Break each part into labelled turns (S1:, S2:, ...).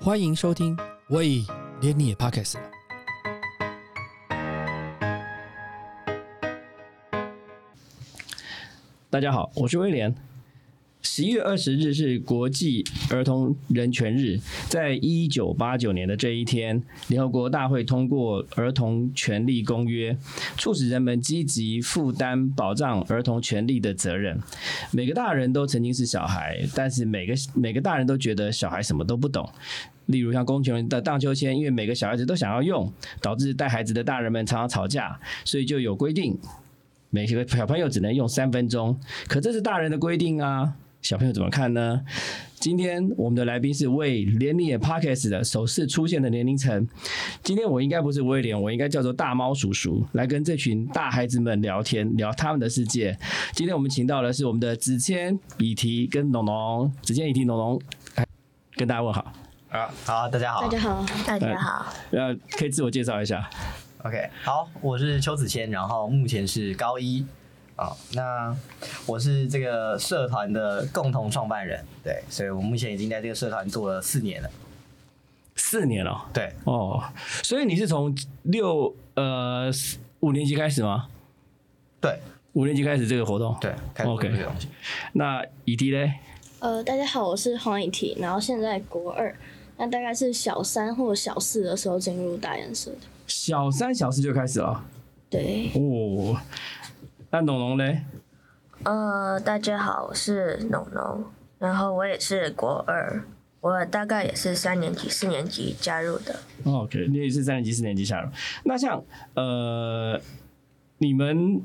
S1: 欢迎收听《喂，连你也 Pockets》。
S2: 大家好，我是威廉。十一月二十日是国际儿童人权日，在一九八九年的这一天，联合国大会通过《儿童权利公约》，促使人们积极负担保障儿童权利的责任。每个大人都曾经是小孩，但是每个每个大人都觉得小孩什么都不懂。例如像公权的荡秋千，因为每个小孩子都想要用，导致带孩子的大人们常常吵架，所以就有规定，每个小朋友只能用三分钟。可这是大人的规定啊，小朋友怎么看呢？今天我们的来宾是为连你也 Pockets 的首次出现的年龄层。今天我应该不是威廉，我应该叫做大猫叔叔，来跟这群大孩子们聊天，聊他们的世界。今天我们请到的是我们的子谦、以提跟农农，子谦、以提、农农，来跟大家问好。
S3: 啊，好，大家好
S4: 大家好，
S5: 大家好，
S2: 呃，可以自我介绍一下。
S3: ，OK，好，我是邱子谦，然后目前是高一，啊、那我是这个社团的共同创办人，对，所以我目前已经在这个社团做了四年了，
S2: 四年了、
S3: 对，
S2: 哦，所以你是从六呃五年级开始吗？
S3: 对，
S2: 五年级开始这个活动？
S3: 对，开始做
S2: OK
S3: 这个东西
S2: 那以迪嘞？
S4: 呃，大家好，我是黄以婷，然后现在国二，那大概是小三或小四的时候进入大研社的。
S2: 小三、小四就开始了。
S4: 对，
S2: 哦，那农农嘞？
S5: 呃，大家好，我是农农，然后我也是国二，我大概也是三年级、四年级加入的。
S2: 哦，OK，你也是三年级、四年级下来。那像呃，你们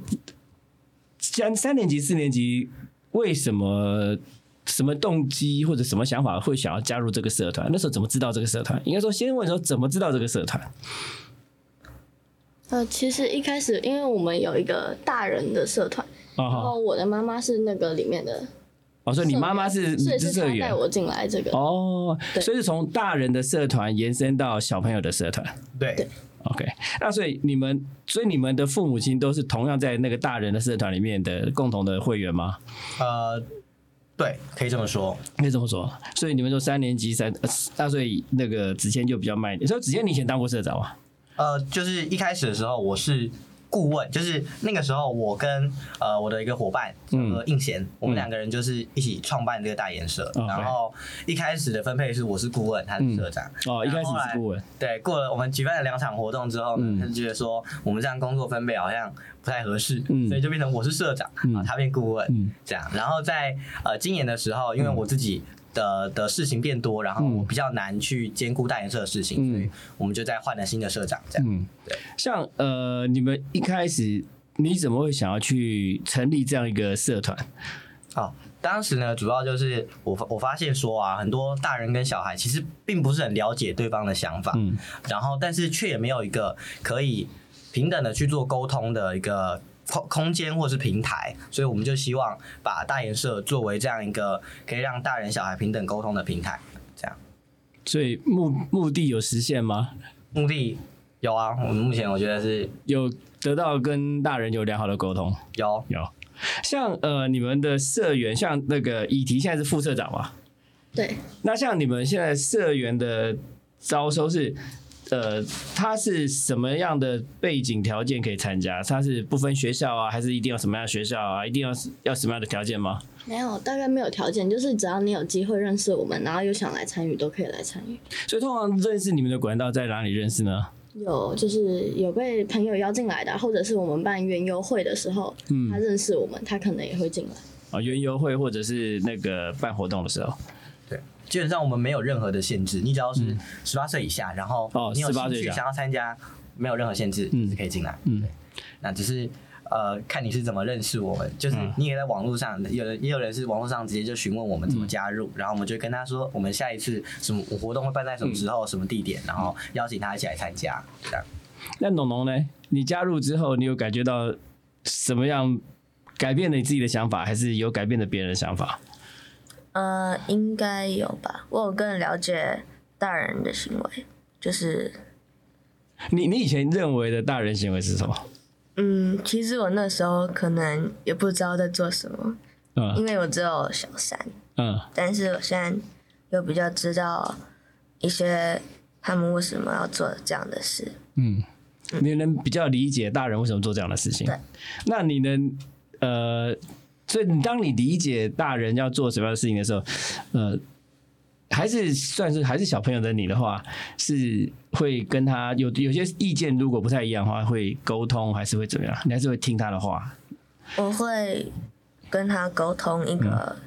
S2: 三三年级、四年级为什么什么动机或者什么想法会想要加入这个社团？那时候怎么知道这个社团？应该说先问说怎么知道这个社团？
S4: 呃，其实一开始因为我们有一个大人的社团，
S2: 哦
S4: 然后
S2: 好，
S4: 我的妈妈是那个里面的社员，
S2: 哦，所以你妈妈是
S4: 所以是
S2: 社
S4: 她
S2: 员
S4: 带我进来这个。
S2: 哦，
S4: 对
S2: 所以是从大人的社团延伸到小朋友的社团。
S3: 对
S4: 对
S2: OK，那所以你们，所以你们的父母亲都是同样在那个大人的社团里面的共同的会员吗？
S3: 呃，对，可以这么说，
S2: 可以这么说。所以你们说三年级三，呃那所以那个子谦就比较慢一点。所以子谦，你以前当过社长啊？
S3: 呃，就是一开始的时候我是顾问，就是那个时候我跟呃我的一个伙伴叫
S2: 嗯
S3: 做应贤，我
S2: 嗯
S3: 们两个人就是一起创办这个大研社，
S2: 哦
S3: 然后一开始的分配是我是顾问，他是社长。
S2: 哦，一开始
S3: 啊后来
S2: 是顾问。
S3: 对，过了我们举办了两场活动之后呢，
S2: 嗯
S3: 他就觉得说我们这样工作分配好像不太合适，
S2: 嗯
S3: 所以就变成我是社长，
S2: 嗯
S3: 啊，他变顾问，
S2: 嗯
S3: 这样。然后在呃今年的时候，因为我自己的的事情变多，然后
S2: 嗯
S3: 我比较难去兼顾代言社的事情，
S2: 嗯
S3: 所以我们就在换了新的社长，这样。
S2: 嗯
S3: 对，
S2: 像呃，你们一开始你怎么会想要去成立这样一个社团？
S3: 哦，当时呢，主要就是我发我发现说啊，很多大人跟小孩其实并不是很了解对方的想法，
S2: 嗯
S3: 然后但是却也没有一个可以平等的去做沟通的一个空空间或是平台，所以我们就希望把大研社作为这样一个可以让大人小孩平等沟通的平台，这样
S2: 所以目目的有实现吗？
S3: 目的有啊，我们目前我觉得是
S2: 有得到跟大人有良好的沟通？
S3: 有，
S2: 有。像呃，你们的社员，像那个以提现在是副社长嘛？
S4: 对，
S2: 那像你们现在社员的招收是，呃，他是什么样的背景条件可以参加？他是不分学校啊，还是一定要什么样的学校啊？一定要要什么样的条件吗？
S4: 没有，大概没有条件，就是只要你有机会认识我们，然后又想来参与，都可以来参与。
S2: 所以通常认识你们的管道在哪里认识呢？
S4: 有就是有被朋友邀进来的啊，或者是我们办园游会的时候，
S2: 嗯
S4: 他认识我们，他可能也会进来。
S2: 啊，园游会或者是那个办活动的时候，
S3: 对，基本上我们没有任何的限制，你只要是十八岁以下，然后
S2: 嗯哦
S3: 你有
S2: 18
S3: 兴
S2: 岁以
S3: 趣
S2: 下
S3: 想要参加，没有任何限制，
S2: 嗯
S3: 是可以进来。
S2: 嗯
S3: 对，那只是呃，看你是怎么认识我们，就是
S2: 嗯
S3: 你也在网络上，有人也有人是网络上直接就询问我们怎么加入，
S2: 嗯
S3: 然后我们就跟他说，我们下一次什么活动会办在什么时
S2: 嗯
S3: 候、什么地点，然后邀请他一起来参加，这样。
S2: 那农农呢？你加入之后，你有感觉到什么样改变了你自己的想法，还是有改变了别人的想法？
S5: 呃，应该有吧？我有更了解大人的行为，就是
S2: 你你以前认为的大人行为是什么？
S5: 嗯，其实我那时候可能也不知道在做什么，
S2: 嗯
S5: 因为我只有小三，
S2: 嗯
S5: 但是我现在又比较知道一些他们为什么要做这样的事。
S2: 嗯，你能比较理解大人为什么做这样的事情
S5: 对。
S2: 那你能呃，所以你当你理解大人要做什么样的事情的时候，呃，还是算是还是小朋友的你的话，是会跟他有有些意见，如果不太一样的话，会沟通还是会怎么样？你还是会听他的话。
S5: 我会跟他沟通一个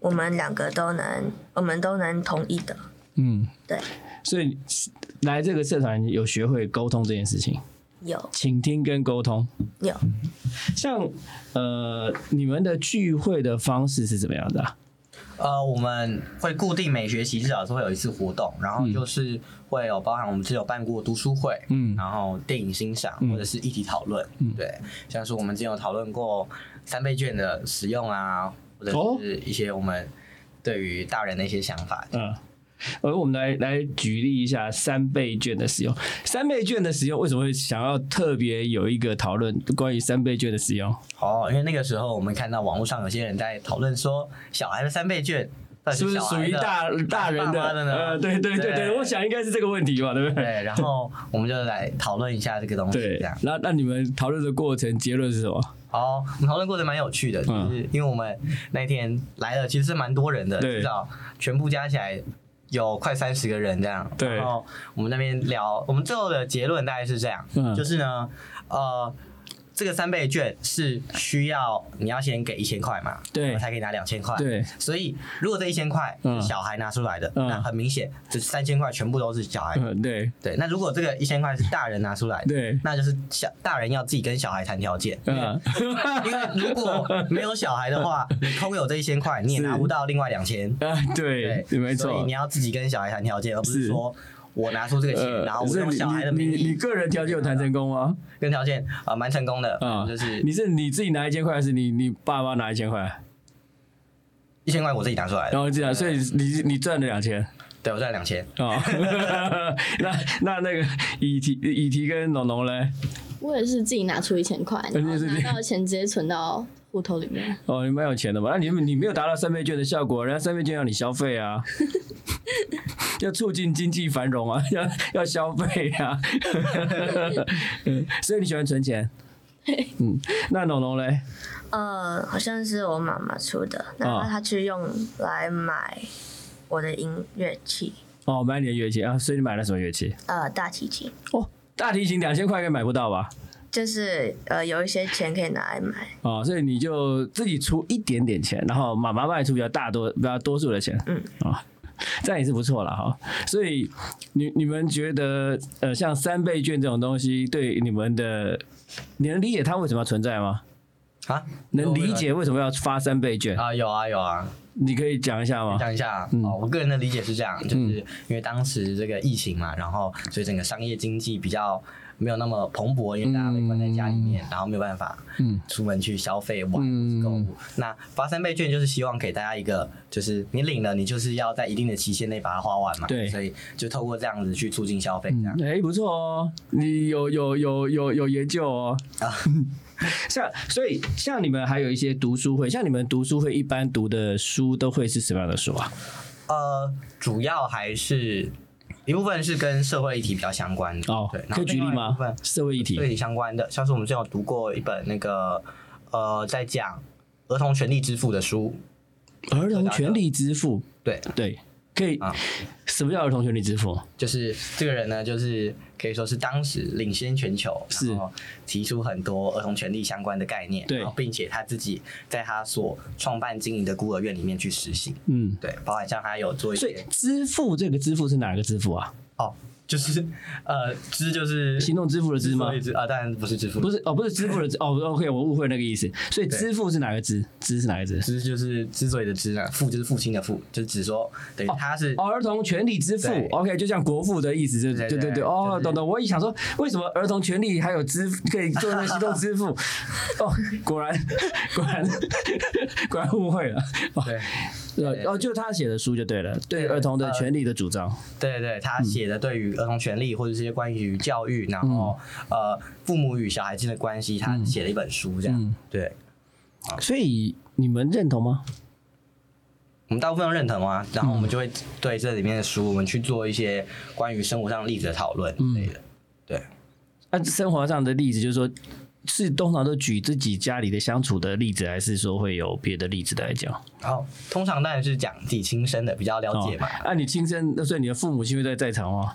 S5: 我们两个都能，我们都能同意的。
S2: 嗯，
S5: 对，
S2: 所以来这个社团有学会沟通这件事情，
S5: 有
S2: 倾听跟沟通。
S5: 有，
S2: 像呃，你们的聚会的方式是怎么样的、啊？
S3: 呃，我们会固定每学期至少是会有一次活动，然后就是会有包含我们是有办过读书会，
S2: 嗯
S3: 然后电影欣赏
S2: 嗯
S3: 或者是议题讨论，对，像是我们之前有讨论过三倍券的使用啊，或
S2: 哦
S3: 者是一些我们对于大人的一些想法，
S2: 嗯，呃，我们来来举例一下三倍券的使用。三倍券的使用为什么会想要特别有一个讨论关于三倍券的使用？
S3: 哦，因为那个时候我们看到网络上有些人在讨论说，小孩的三倍券到底
S2: 是不是
S3: 小
S2: 属
S3: 孩
S2: 于
S3: 的
S2: 大大人
S3: 爸妈的呢？
S2: 呃，对对对对，我想应该是这个问题吧，对不对？
S3: 对，然后我们就来讨论一下这个东西，
S2: 对
S3: 这样。，
S2: 那那你们讨论的过程结论是什么？
S3: 好，我们讨论过程蛮有趣的，
S2: 嗯
S3: 就是因为我们那天来了，其实是蛮多人的，
S2: 对
S3: 至少全部加起来有快三十个人这样。
S2: 对
S3: 然后我们那边聊，我们最后的结论大概是这样，
S2: 嗯
S3: 就是呢，呃。这个三倍券是需要你要先给一千块嘛，
S2: 对
S3: 然后才可以拿两千块，
S2: 对，
S3: 所以如果这一千块
S2: 嗯
S3: 是小孩拿出来的，
S2: 嗯
S3: 那很明显这三千块全部都是小孩。
S2: 嗯，对
S3: 对，那如果这个一千块是大人拿出来的，
S2: 对，
S3: 那就是小大人要自己跟小孩谈条件，
S2: 嗯，
S3: 因为如 果没有小孩的话，你空有这一千块，你也拿不到另外两千。
S2: 啊，对，没
S3: 所以
S2: 错
S3: 你。要自己跟小孩谈条件，而不
S2: 是
S3: 是说我拿出这个钱，然后我
S2: 呃是
S3: 用
S2: 你
S3: 小孩的
S2: 你
S3: 名
S2: 你你
S3: 义
S2: 个人条件有谈成功吗？
S3: 跟条件啊，蛮成功的，
S2: 啊，
S3: 就是
S2: 你是你自己拿一千块，还是你你爸妈拿一千块？
S3: 一千块我自己拿出来
S2: 然
S3: 的，
S2: 后这样，所以你你赚了两千
S3: 对我赚两千。
S2: 啊。 那那那个以提以提跟农农嘞，
S4: 我也是自己拿出一千块，然后
S2: 哎你也是自己
S4: 拿到钱直接存到户头里 面。
S2: 哦，你蛮有钱的嘛。那你你没有达到三倍券的效果，人家三倍券要你消费啊，要促进经济繁荣啊，要要消费啊。 嗯所以你喜欢存钱。嗯，那农农嘞，
S5: 呃，好像是我妈妈出的，然
S2: 哦
S5: 后她去用来买我的音乐器，
S2: 哦，买你的乐器啊，所以你买了什么乐器？
S5: 呃，大提琴，
S2: 哦，大提琴两千块应该买不到吧？
S5: 就是呃有一些钱可以拿来买，
S2: 哦，所以你就自己出一点点钱，然后妈妈卖出比较大多比较多数的钱，
S5: 嗯
S2: 啊、这样也是不错了哈。所以你你们觉得呃，像三倍券这种东西，对你们的你能理解它为什么要存在吗？
S3: 啊，
S2: 能理解为什么要发三倍券？
S3: 啊？有啊有啊，
S2: 你可以讲一下吗？
S3: 讲一下、
S2: 嗯
S3: 哦。我个人的理解是这样，就是因为当时这个疫情嘛，然后所以整个商业经济比较没有那么蓬勃，因为大家被关在家里面，然后没有办法
S2: 嗯
S3: 出门去消费、玩、
S2: 嗯
S3: 购物。那发三倍券就是希望给大家一个，就是你领了，你就是要在一定的期限内把它花完嘛。
S2: 对
S3: 所以就透过这样子去促进消费，这
S2: 嗯
S3: 样、，
S2: 哎、不错哦，你有有有有有研究哦。
S3: 啊，
S2: 像所以像你们还有一些读书会，像你们读书会一般读的书都会是什么样的书啊？
S3: 呃，主要还是一部分是跟社会议题比较相关的
S2: 哦
S3: 对，，然
S2: 可
S3: 后
S2: 以举例
S3: 另外一
S2: 吗
S3: 部分？
S2: 社会议题
S3: 对相关的，像是我们之前有读过一本那个呃，在讲儿童权利之父的书，
S2: 儿童权利之父，
S3: 对，
S2: 对，可以
S3: 啊。
S2: 什么叫儿童权利之父？
S3: 就是这个人呢，就是可以说是当时领先全球，
S2: 是
S3: 然后提出很多儿童权利相关的概念，
S2: 对
S3: 然后并且他自己在他所创办经营的孤儿院里面去实行，
S2: 嗯，
S3: 对，包含像他有做一
S2: 所以
S3: 些
S2: 支付这个支付是哪个支付啊？
S3: 哦，就是呃，支就是
S2: 行动支付的支吗
S3: 所以？支啊，当然不是支付，
S2: 不是哦，不是支付的支哦，OK，我误会那个意思。所以
S3: 对
S2: 支付是哪个支？支是哪个支？
S3: 支就是之所以的支啊，父就是父亲的父，就是指说等于他是
S2: 哦，儿童权利之父
S3: 对
S2: ，OK，就像国父的意思，就对对
S3: 对对
S2: 对，
S3: 对
S2: 哦
S3: 就，是
S2: 懂懂。我一想说，为什么儿童权利还有支付可以做那个行动支付？ 哦，果然， 果然，果然误会了。哦
S3: 对。呃
S2: 对，哦，就他写的书就对了，对儿童的权利的主张。
S3: 对对，他
S2: 嗯
S3: 写的对于儿童权利或者这些关于教育，然后、
S2: 嗯
S3: 呃父母与小孩之间的关系，他写啊了一本书这样。
S2: 嗯
S3: 对，
S2: 所以你们认同吗？
S3: 我们大部分都认同啊，然后我
S2: 嗯
S3: 们就会对这里面的书，我们去做一些关于生活上的例子的讨论之
S2: 嗯
S3: 类的。对，
S2: 那、啊生活上的例子就是说，是通常都举自己家里的相处的例子，还是说会有别的例子来讲？
S3: 然后通常当然是讲自己亲身的，比较了解嘛。
S2: 哦、啊，你亲身，那所以你的父母亲会在在场吗？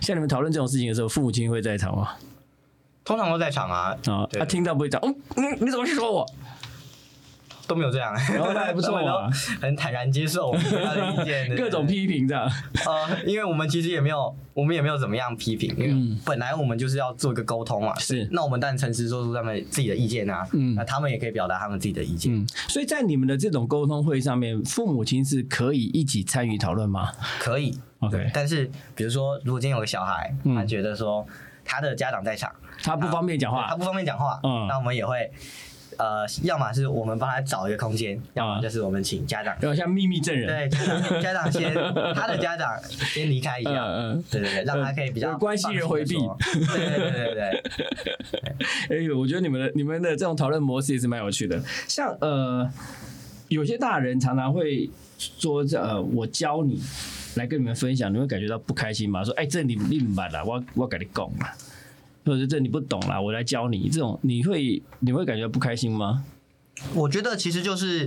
S2: 像你们讨论这种事情的时候，父母亲会在场吗？
S3: 通常都在场啊，
S2: 啊、
S3: 对
S2: 他听到不会讲，嗯嗯，你怎么去说我？
S3: 都没有这样，
S2: 然哦后那还不错嘛
S3: 很坦然接受我们对他的意见，对
S2: 各种。批评这样。
S3: 呃，因为我们其实也没有，我们也没有怎么样批评，因为
S2: 嗯
S3: 本来我们就是要做一个沟通嘛。
S2: 是
S3: 那我们当然诚实说出他们自己的意见啊，
S2: 嗯
S3: 那他们也可以表达他们自己的意见。
S2: 嗯，所以在你们的这种沟通会上面，父母亲是可以一起参与讨论吗？
S3: 可以
S2: OK
S3: 对但是比如说，如果今天有个小孩，
S2: 嗯
S3: 他觉得说他的家长在场，
S2: 他不方便讲
S3: 他
S2: 话，
S3: 不方便讲话，
S2: 嗯
S3: 那我们也会。呃，要么是我们帮他找一个空间，要么就是我们请家长，
S2: 然后像秘密证啊人，
S3: 对家长家长先，他的家长先离开一下，
S2: 嗯嗯
S3: 对对对，让他可以比较
S2: 有关系人回避
S3: 放心地说对对对对对，
S2: 哎、我觉得你们的你们的这种讨论模式也是蛮有趣的。像呃，有些大人常常会说，呃，我教你来跟你们分享，你会感觉到不开心吗？说，哎、这你你明白啦，我我跟你讲啦，或者是这你不懂啦，我来教你。这种你会你会感觉到不开心吗？
S3: 我觉得其实就是，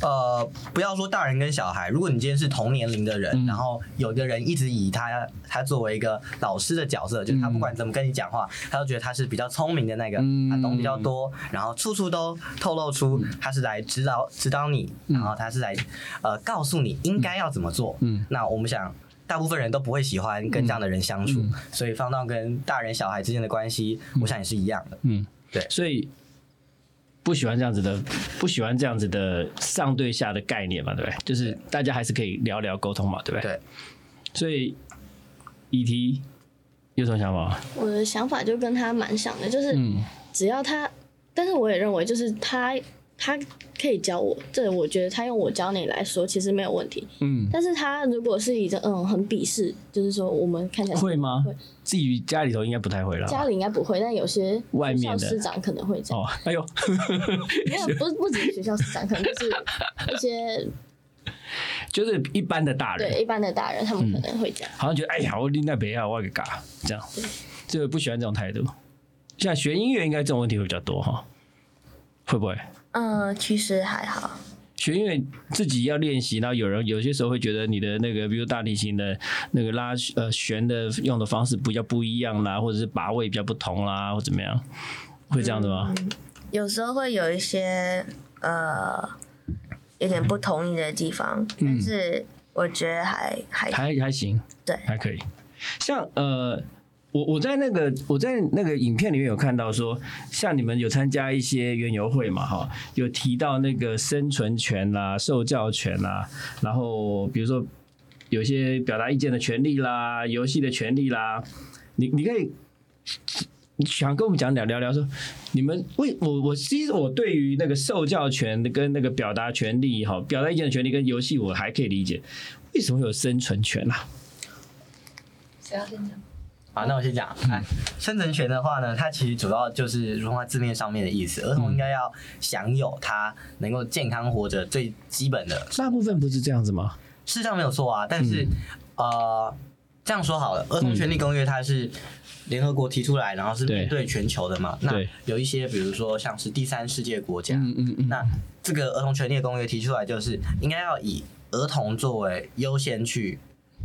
S3: 呃，不要说大人跟小孩，如果你今天是同年龄的人，
S2: 嗯
S3: 然后有一个人一直以他他作为一个老师的角色，就是他不管怎么跟你讲话，他都觉得他是比较聪明的那个，
S2: 嗯
S3: 他懂比较多，然后处处都透露出他是来指导指导你，然后他是来呃告诉你应该要怎么做。
S2: 嗯
S3: 那我们想。大部分人都不会喜欢跟这样的人相
S2: 嗯
S3: 处，所以放到跟大人小孩之间的关系，我想也是一样的。
S2: 嗯，
S3: 对
S2: 所以不喜欢这样子的，不喜欢这样子的上对下的概念嘛，对不对？就是大家还是可以聊聊沟通嘛，对不对？
S3: 对。
S2: 所以，议题有什么想法吗？
S4: 我的想法就跟他蛮像的，就是
S2: 嗯
S4: 只要他，但是我也认为就是他他可以教我，这我觉得他用我教你来说其实没有问题。
S2: 嗯，
S4: 但是他如果是以这嗯很鄙视，就是说我们看起来
S2: 会吗
S4: 呃会？
S2: 自己家里头应该不太会了。
S4: 家里应该不会，但有些
S2: 外
S4: 学
S2: 面
S4: 校
S2: 的
S4: 师长可能会这样，
S2: 哦，哎呦，
S4: 没有不不止学校师长，可能就是一些
S2: 就是一般的大人
S4: 对，一般的大人他们可能会这样。
S2: 好像觉得哎呀，我另外别要我给嘎这样，就不喜欢这种态度。像学音乐应该这种问题会比较多哈，会不会？
S5: 嗯，其实还好。
S2: 学音乐自己要练习，然后有人有些时候会觉得你的那个，比如大提琴的那个拉呃弦的用的方式比较不一样啦，或者是把位比较不同啦，或怎么样，会这样子吗？
S5: 有时候会有一些呃有点不同意的地方，但是我觉得还还
S2: 还还行，
S5: 对
S2: 还可以。像呃，我我在那个我在那个影片里面有看到说，像你们有参加一些园游会嘛，哈，有提到那个生存权啦、受教权啦，然后比如说有些表达意见的权利啦、游戏的权利啦，你你可以。你想跟我们讲聊聊聊说，你们为我我其实我对于那个受教权跟那个表达权利哈，表达意见的权利跟游戏我还可以理解，为什么会有生存权啊？
S3: 好，那我先讲。
S2: 嗯
S3: 哎，生存权的话呢，它其实主要就是如同它字面上面的意思，儿
S2: 嗯
S3: 童应该要享有他能够健康活着最基本的。
S2: 大部分不是这样子吗？
S3: 事实上没有错啊，但是、
S2: 嗯
S3: 呃，这样说好了，《儿童权利公约》它是联合国提出来，然后是
S2: 对
S3: 面对全球的嘛。那
S2: 对
S3: 有一些，比如说像是第三世界国家，
S2: 嗯嗯
S3: 那这个《儿童权利公约》提出来，就是应该要以儿童作为优先去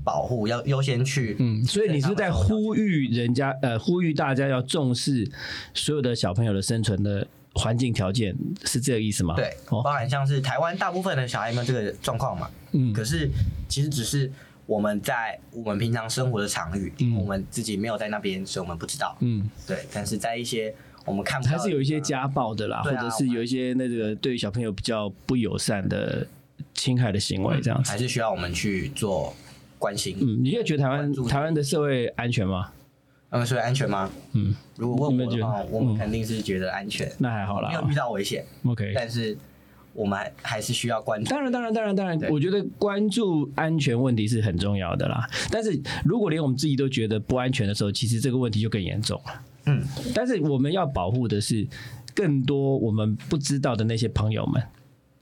S3: 保护，要优先去
S2: 嗯，所以你是在呼吁人家呃，呼吁大家要重视所有的小朋友的生存的环境条件，是这个意思吗？
S3: 对，包
S2: 哦，
S3: 含像是台湾大部分的小孩有没有这个状况嘛？
S2: 嗯
S3: 可是其实只是我们在我们平常生活的场域，因为我们自己没有在那边，所以我们不知道。
S2: 嗯，
S3: 对，但是在一些我们看不到
S2: 还
S3: 的地方，
S2: 是有一些家暴的啦，
S3: 对啊
S2: 或者是有一些那个对于小朋友比较不友善的侵害的行为，这样子
S3: 嗯还。是需要我们去做关心。
S2: 嗯，你也觉得台湾
S3: 关注
S2: 台湾的社会安全吗？
S3: 嗯，所以安全吗？
S2: 嗯，
S3: 如果问我
S2: 你们觉
S3: 的
S2: 得
S3: 话，我们
S2: 嗯
S3: 肯定是觉得安全，
S2: 那还好啦
S3: 没。有遇到危险，
S2: OK，
S3: 但是我们还还是需要关注。
S2: 当然，当然，当然，当然
S3: 对，
S2: 我觉得关注安全问题是很重要的啦。但是如果连我们自己都觉得不安全的时候，其实这个问题就更严重了。
S3: 嗯，
S2: 但是我们要保护的是更多我们不知道的那些朋友们，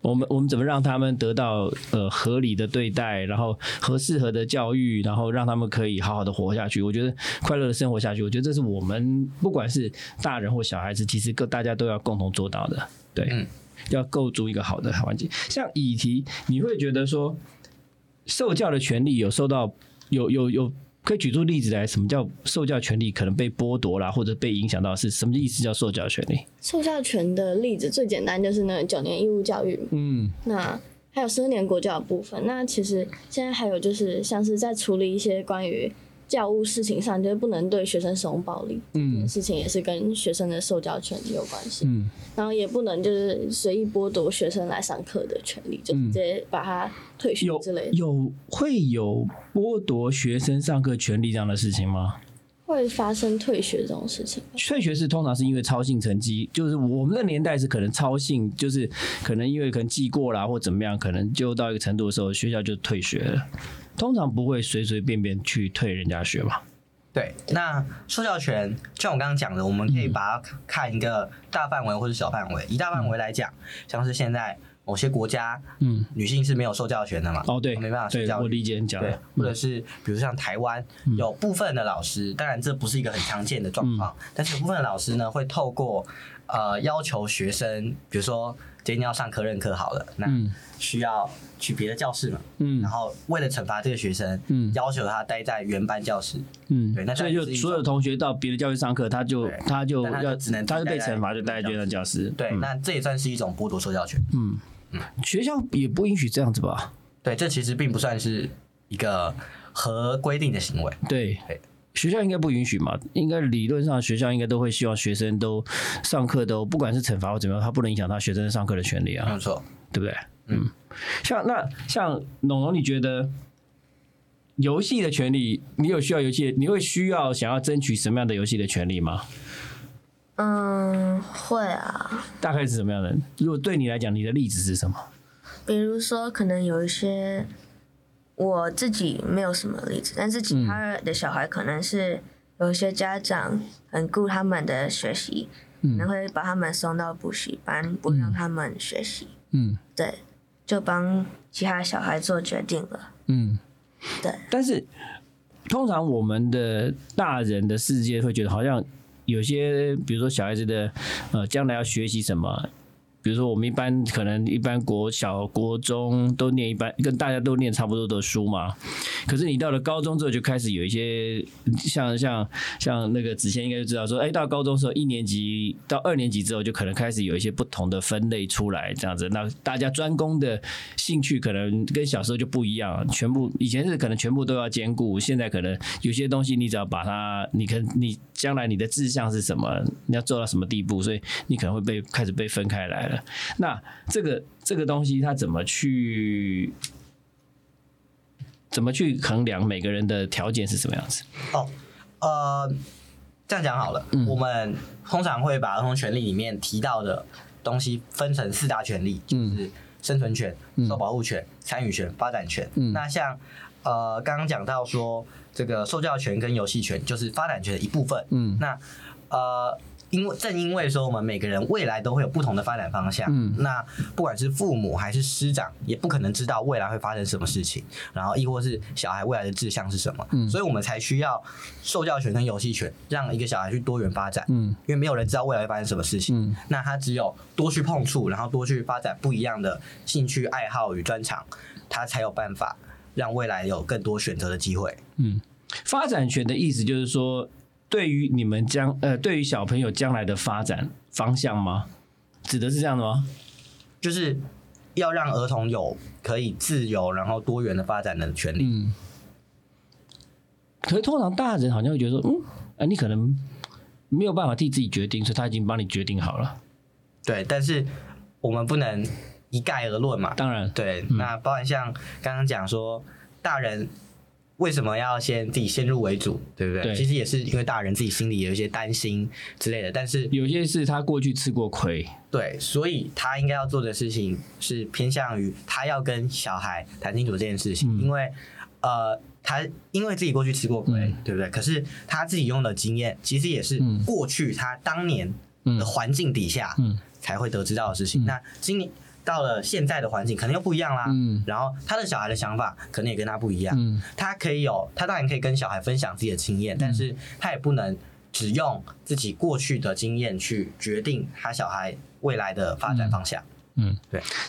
S2: 我们我们怎么让他们得到呃合理的对待，然后合适合的教育，然后让他们可以好好的活下去？我觉得快乐的生活下去，我觉得这是我们不管是大人或小孩子，其实各大家都要共同做到的。对，
S3: 嗯
S2: 要构筑一个好的环境。像以题，你会觉得说，受教的权利有受到有有有。可以举出例子来，什么叫受教权利可能被剥夺啦，或者被影响到是什么意思？叫受教权利？
S4: 受教权的例子最简单就是那个九年义务教育嘛
S2: 嗯
S4: 那还有十二年国教的部分。那其实现在还有就是像是在处理一些关于教务事情上，就是不能对学生使用暴力，这件
S2: 嗯
S4: 事情也是跟学生的受教权有关系。
S2: 嗯
S4: 然后也不能就是随意剥夺学生来上课的权利，就直接把他退学
S2: 嗯有
S4: 之类的。
S2: 有会有剥夺学生上课权利这样的事情吗？
S4: 会发生退学这种事情，
S2: 退学是通常是因为超性成绩，就是我们的年代是可能超性，就是可能因为可能记过啦或怎么样，可能就到一个程度的时候，学校就退学了。通常不会随随便便去退人家学吧？
S3: 对，那受教权，就像我刚刚讲的，我们可以
S2: 嗯
S3: 把它看一个大范围或者小范围。以大范围来讲，像是现在某些国家
S2: 嗯，
S3: 女性是没有受教权的嘛，
S2: 哦对，
S3: 没办法受
S2: 对
S3: 教
S2: 我
S3: 育。
S2: 理解你讲
S3: 对
S2: 的，，嗯
S3: 或者是比如像台湾有部分的老师，当然这不是一个很常见的状况，
S2: 嗯
S3: 但是有部分的老师呢会透过呃要求学生，比如说今天要上课任课好了，那
S2: 嗯
S3: 需要去别的教室嘛，
S2: 嗯
S3: 然后为了惩罚这个学生，
S2: 嗯
S3: 要求他待在原班教室，
S2: 嗯
S3: 对那
S2: 所以
S3: 这
S2: 就
S3: 样是一种
S2: 所有同学到别的教室上课，他就
S3: 对
S2: 他就
S3: 但他就
S2: 要
S3: 只能
S2: 他就被
S3: 待在
S2: 惩罚，就待在
S3: 教室
S2: 这上教室。
S3: 对，
S2: 嗯
S3: 那这也算是一种剥夺受教权。
S2: 嗯，学校也不允许这样子吧？
S3: 对，这其实并不算是一个合规定的行为。
S2: 对
S3: 对，
S2: 学校应该不允许嘛？应该理论上学校应该都会希望学生都上课都不管是惩罚或怎么样，他不能影响他学生上课的权利
S3: 没
S2: 啊，
S3: 有错，
S2: 对不对？
S3: 嗯
S2: 嗯，像那像农农，你觉得游戏的权利，你有需要游戏，你会需要想要争取什么样的游戏的权利吗？
S5: 嗯，会啊。
S2: 大概是什么样的？如果对你来讲，你的例子是什么？
S5: 比如说，可能有一些我自己没有什么例子，但是
S2: 嗯
S5: 其他的小孩可能是有一些家长很顾他们的学习，
S2: 嗯
S5: 然后会把他们送到补习班，不让他们学习，
S2: 嗯
S5: 对，就帮其他小孩做决定了。
S2: 嗯，
S5: 对，
S2: 但是通常我们的大人的世界会觉得，好像有些，比如说小孩子的呃，将来要学习什么。比如说，我们一般可能一般国小、国中都念一般，跟大家都念差不多的书嘛。可是你到了高中之后，就开始有一些像像像那个子谦应该就知道说，哎，到高中的时候，一年级到二年级之后，就可能开始有一些不同的分类出来，这样子。那大家专攻的兴趣可能跟小时候就不一样，全部以前是可能全部都要兼顾，现在可能有些东西你只要把它，你可你将来你的志向是什么，你要做到什么地步，所以你可能会被开始被分开来了。那这个这个东西它怎么去？怎么去衡量每个人的条件是什么样子？
S3: 哦，呃，这样讲好了，
S2: 嗯
S3: 我们通常会把儿童权利里面提到的东西分成四大权利，
S2: 嗯
S3: 就是生存权、受保护权、参与权、发展权。
S2: 嗯
S3: 那像呃刚刚讲到说这个受教权跟游戏权就是发展权的一部分。
S2: 嗯
S3: 那呃。因为正因为说我们每个人未来都会有不同的发展方向，
S2: 嗯
S3: 那不管是父母还是师长，也不可能知道未来会发生什么事情，然后亦或是小孩未来的志向是什么，
S2: 嗯
S3: 所以我们才需要受教权跟游戏权，让一个小孩去多元发展，
S2: 嗯
S3: 因为没有人知道未来会发生什么事情，
S2: 嗯
S3: 那他只有多去碰触，然后多去发展不一样的兴趣爱好与专长，他才有办法让未来有更多选择的机会。
S2: 嗯，发展权的意思就是说，对于你们将呃，对于小朋友将来的发展方向吗？指的是这样的吗？
S3: 就是要让儿童有可以自由然后多元的发展的权利。
S2: 嗯。可是通常大人好像会觉得说，嗯，啊，你可能没有办法替自己决定，所以他已经帮你决定好了。
S3: 对，但是我们不能一概而论嘛。
S2: 当然，
S3: 对，那包含像刚刚讲说，大人为什么要先自己先入为主，对不对？
S2: 对
S3: 其实也是因为大人自己心里有一些担心之类的，但是
S2: 有些是他过去吃过亏，
S3: 对，所以他应该要做的事情是偏向于他要跟小孩谈清楚这件事情，
S2: 嗯
S3: 因为呃，他因为自己过去吃过亏，
S2: 嗯
S3: 对不对？可是他自己用的经验，其实也是
S2: 嗯
S3: 过去他当年
S2: 嗯
S3: 的环境底下
S2: 嗯
S3: 才会得知到的事情。那今年到了现在的环境，可能又不一样啦。
S1: 嗯
S3: 然后他的小孩的想法可能也跟他不一样。
S1: 嗯
S3: 他可以有，他当然可以跟小孩分享自己的经验，但是他也不能只用自己过去的经验去决定他小孩未来的发展方向。
S1: 嗯，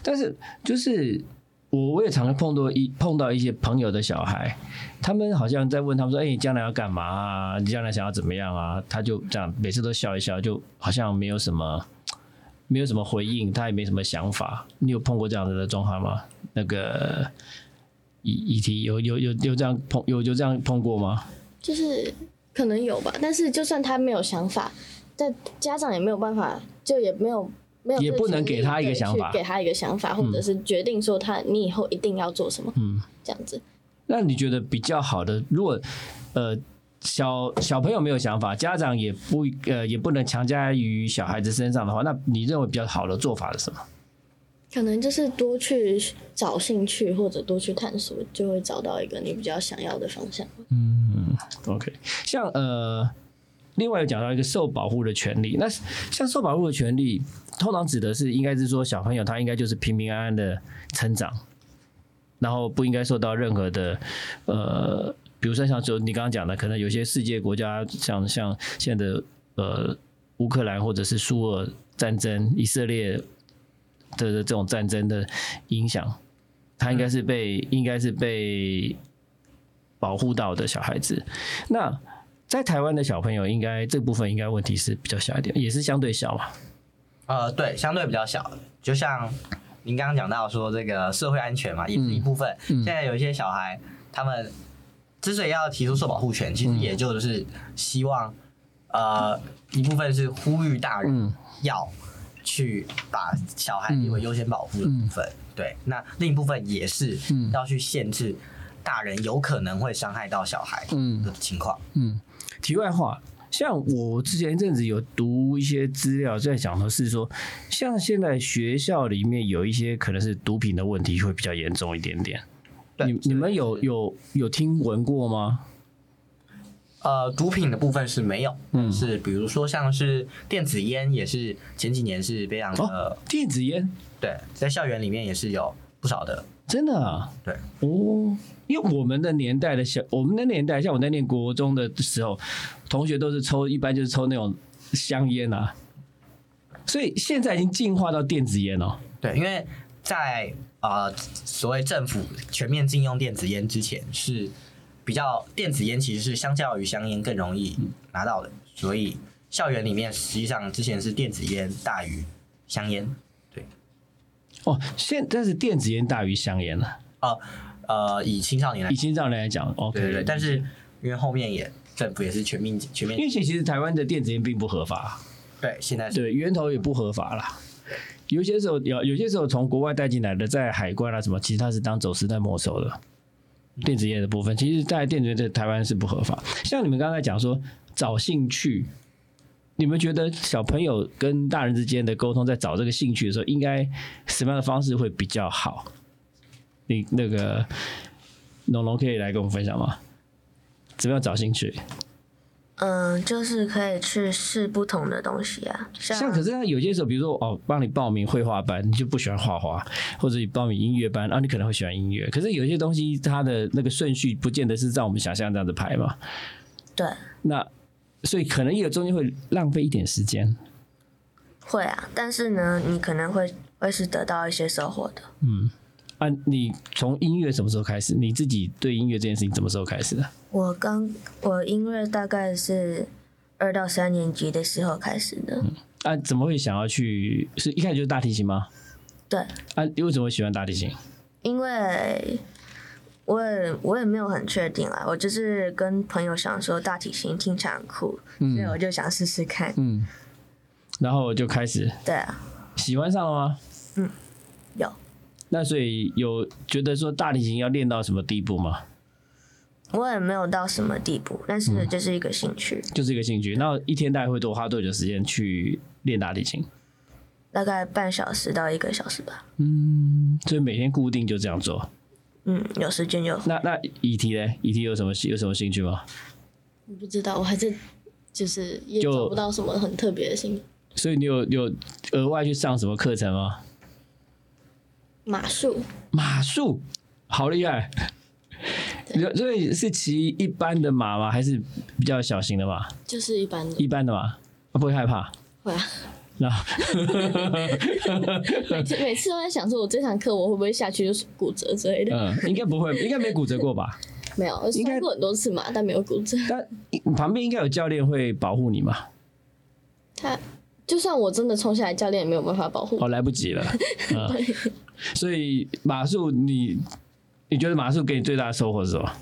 S2: 但是就是我我也常常碰到一碰到一些朋友的小孩，他们好像在问他们说：“哎、你将来要干嘛啊？你将来想要怎么样啊？”他就这样每次都笑一笑，就好像没有什么 没有什么回应，他也没什么想法。你有碰过这样子的状况吗？那个议议题有有有有这样碰有有这样碰过吗？
S4: 就是可能有吧，但是就算他没有想法，但家长也没有办法，就也没有没有
S2: 也
S4: 这
S2: 不能
S4: 权利
S2: 给他一个
S4: 对
S2: 想
S4: 去
S2: 法
S4: 给他一个想法，或者是决定说他你以后一定要做什么，
S2: 嗯，
S4: 这样子。
S2: 那你觉得比较好的，如果呃小小朋友没有想法，家长也不呃也不能强加于小孩子身上的话，那你认为比较好的做法是什么？
S4: 可能就是多去找兴趣，或者多去探索，就会找到一个你比较想要的方向。
S2: 嗯，OK，像呃，另外有讲到一个受保护的权利，那像受保护的权利，通常指的是应该是说小朋友他应该就是平平安安的成长，然后不应该受到任何的呃，比如说像就你刚刚讲的，可能有些世界国家像像现在的呃乌克兰或者是苏俄战争、以色列的的这种战争的影响，他应该是被、应该是被保护到的小孩子。那在台湾的小朋友，应该这部分应该问题是比较小一点，也是相对小嘛。啊
S3: 呃，对，相对比较小，就像您刚刚讲到说这个社会安全嘛，也
S2: 嗯
S3: 是一部分。现在有一些小孩，他们之所以要提出受保护权，
S2: 嗯
S3: 其实也就是希望，呃，一部分是呼吁大
S2: 嗯
S3: 人要去把小孩列为优先保护的部
S2: 嗯
S3: 分，对。那另一部分也是要去限制大人有可能会伤害到小孩
S1: 嗯
S3: 的情况。
S2: 题外话，像我之前一阵子有读一些资料，在讲的是说，像现在学校里面有一些可能是毒品的问题会比较严重一点点。
S3: 对
S2: 你你们
S3: 是
S2: 有有有听闻过吗？
S3: 呃，毒品的部分是没有，嗯，是比如说像是电子烟，也是前几年是非常的、
S2: 哦，电子烟，
S3: 对，在校园里面也是有不少的，
S2: 真的啊？
S3: 对，
S2: 哦，因为我们的年代的小，我们的年代，像我在念国中的时候，同学都是抽，一般就是抽那种香烟啊，所以现在已经进化到电子烟哦了。
S3: 对，因为在呃所谓政府全面禁用电子烟之前是比较电子烟其实是相较于香烟更容易拿到的，
S2: 嗯
S3: 所以校园里面实际上之前是电子烟大于香烟，
S2: 哦，现但是电子烟大于香烟了，
S3: 呃呃以青少年来
S2: 以，青少年来讲，OK，
S3: 对对对，但是因为后面也政府也是全面全
S2: 因
S3: 面
S2: 为其实台湾的电子烟并不合法，啊
S3: 对现在是。
S2: 对，源头也不合法啦。有些时候有有些时候从国外带进来的，在海关啊什么，其实它是当走私在没收的。电子烟的部分，其实，在电子烟在台湾是不合法。像你们刚才讲说找兴趣，你们觉得小朋友跟大人之间的沟通，在找这个兴趣的时候，应该什么样的方式会比较好？你那个农农可以来跟我们分享吗？怎么样找兴趣？
S5: 嗯，就是可以去试不同的东西啊，像
S2: 像可是他有些时候，比如说哦，帮你报名绘画班，你就不喜欢画画，或者你报名音乐班，啊，你可能会喜欢音乐。可是有些东西它的那个顺序不见得是照我们想象这样子排嘛。
S5: 对，
S2: 那所以可能也有中间会浪费一点时间。
S5: 会啊，但是呢，你可能会会是得到一些收获的。
S2: 啊，你从音乐什么时候开始？你自己对音乐这件事情什么时候开始的？
S5: 我刚我音乐大概是二到三年级的时候开始的，
S2: 啊，怎么会想要去？是一开始就是大提琴吗？
S5: 对，
S2: 啊，你为什么会喜欢大提琴？啊
S5: 因为我也我也没有很确定啊啦，我就是跟朋友想说大体型听起来很酷，所以我就想试试看。
S2: 嗯，然后就开始
S5: 对啊，
S2: 喜欢上了吗？
S5: 有
S2: 那所以有觉得说大提琴要练到什么地步吗？
S5: 我也没有到什么地步，但
S2: 嗯
S5: 是就是一个兴趣，
S2: 就是一个兴趣。那一天大概会多花多久时间去练大提琴？
S5: 大概半小时到一个小时吧。
S2: 嗯，所以每天固定就这样做。
S5: 嗯，有时间就
S2: 那那以提嘞？以提有什么有什么兴趣吗？
S4: 我不知道，我还是就是也
S2: 就
S4: 找不到什么很特别的兴趣。
S2: 所以你有有额外去上什么课程吗？
S4: 马术，
S2: 马术，好厉害！所以是骑一般的马吗？还是比较小型的马？
S4: 就是一般的
S2: 一般的马，啊不会害怕。
S4: 会啊。
S2: 那
S4: 每天 每次都在想说，我这堂课我会不会下去就是骨折之类的？
S2: 嗯，应该不会，应该没骨折过吧？
S4: 没有，我
S2: 应该
S4: 摔过很多次嘛，但没有骨折。
S2: 但旁边应该有教练会保护你嘛？
S4: 他就算我真的冲下来，教练也没有办法保护我。
S2: 哦，来不及了。嗯，所以马术你。你觉得马术给你最大的收获是什么？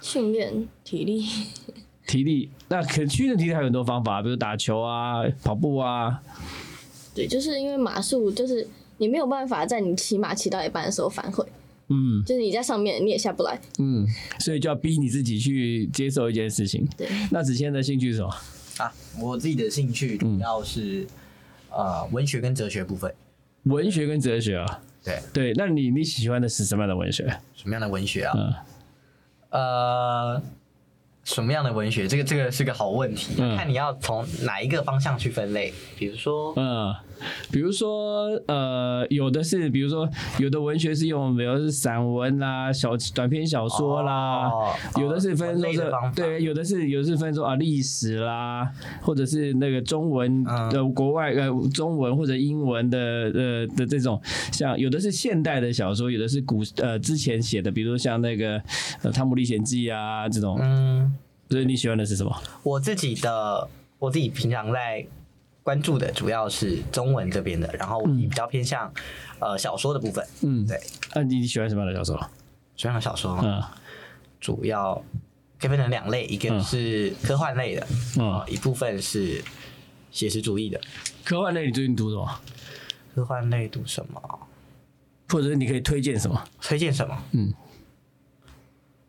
S4: 训练体力，
S2: 体力，那可训练体力还有很多方法，比如打球啊、跑步啊。
S4: 对，就是因为马术，就是你没有办法在你骑马骑到一半的时候反悔，
S2: 嗯
S4: 就是你在上面你也下不来。
S2: 嗯，所以就要逼你自己去接受一件事情。
S4: 对，
S2: 那子谦的兴趣是什么？
S3: 啊，我自己的兴趣
S2: 嗯
S3: 主要是、呃文学跟哲学部分。
S2: 文学跟哲学啊。
S3: 对，
S2: 对，那你你喜欢的是什么样的文学？
S3: 什么样的文学啊？
S2: 嗯
S3: 呃，什么样的文学？这个这个是个好问题，啊
S2: 嗯
S3: 看你要从哪一个方向去分类。比如说，
S2: 嗯，比如说呃，有的是，比如说有的文学是用，比如是散文啦、小短篇小说啦，
S3: 哦
S2: 有的是分
S3: 文
S2: 说
S3: 类
S2: 是
S3: 的方法
S2: 对，有的是有的是分说啊历史啦，或者是那个中文
S3: 嗯
S2: 的、国外呃中文或者英文的呃的这种，像有的是现代的小说，有的是古呃之前写的，比如像那个呃《汤姆历险记》啊这种。
S3: 嗯，
S2: 所以你喜欢的是什么？
S3: 我自己的我自己平常在关注的主要是中文这边的，然后我比较偏向、呃小说的部分。
S2: 嗯
S3: 对，
S2: 那、你喜欢什么样的小说？
S3: 什么样的小说嘛？
S2: 嗯
S3: 主要可以分成两类，一个
S2: 嗯
S3: 是科幻类的，哦
S2: 嗯，
S3: 一部分是写实主义的。
S2: 科幻类你最近读什么？
S3: 科幻类读什么？
S2: 或者是你可以推荐什么？
S3: 推荐什么？
S2: 嗯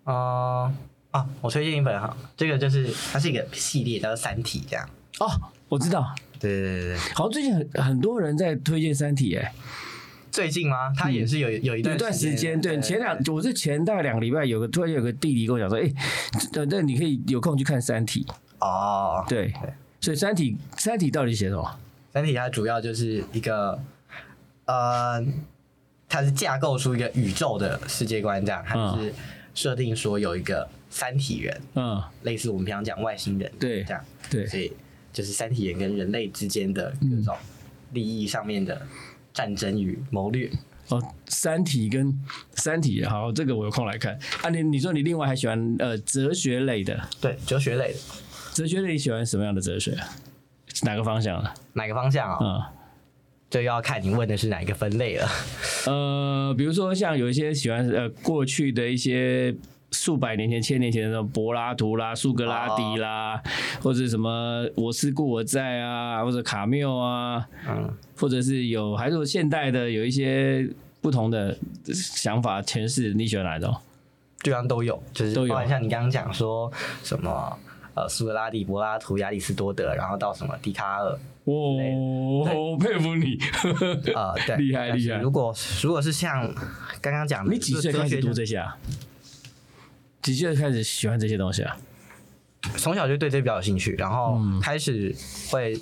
S3: 呃啊，我推荐一本哈，这个就是它是一个系列，叫做《三体》这样。
S2: 哦，我知道，
S3: 对对对对，
S2: 好像最近很很多人在推荐《三体》哎，
S3: 最近吗？它也是有有一
S2: 有一段时间，对前两我是前大概两个礼拜有个突然有个弟弟跟我讲说，哎，这那你可以有空去看《三体》，
S3: 哦，
S2: 对
S3: 对，
S2: 所以《三体》《三体》到底写什么？
S3: 三体它主要就是一个，呃，它是架构出一个宇宙的世界观，这样，它
S2: 嗯
S3: 就是设定说有一个三体人，
S2: 嗯，
S3: 类似我们平常讲外星人，
S2: 对
S3: 这样，
S2: 对，嗯
S3: 所以就是三体人跟人类之间的各种利益上面的战争与谋略。
S2: 哦，《三体》跟《三体》，好，这个我有空来看。啊，你你说你另外还喜欢呃哲学类的，
S3: 对，哲学类的
S2: 哲学类你喜欢什么样的哲学？哪个方向的？
S3: 哪个方向啊、
S2: 嗯。
S3: 就要看你问的是哪一个分类了。
S2: 呃，比如说像有一些喜欢呃过去的一些数百年前、千年前的那种柏拉图啦、苏格拉底啦，或者什么我思故我在啊，或者卡缪啊，
S3: 嗯，
S2: 或者是有还是有现代的有一些不同的想法诠释，你喜欢哪一种？
S3: 对方都有，就是
S2: 都有
S3: 包含像你刚刚讲说什么呃苏格拉底、柏拉图、亚里士多德，然后到什么笛卡尔，
S2: 哇，我佩服你！
S3: 呃，对，
S2: 厉害
S3: 但是
S2: 厉害
S3: 如果如果是像刚刚讲的，
S2: 你几岁
S3: 就
S2: 开始
S3: 是哲学
S2: 读这些啊？几岁开始喜欢这些东西啊？
S3: 从小就对这比较有兴趣，然后
S2: 嗯
S3: 开始会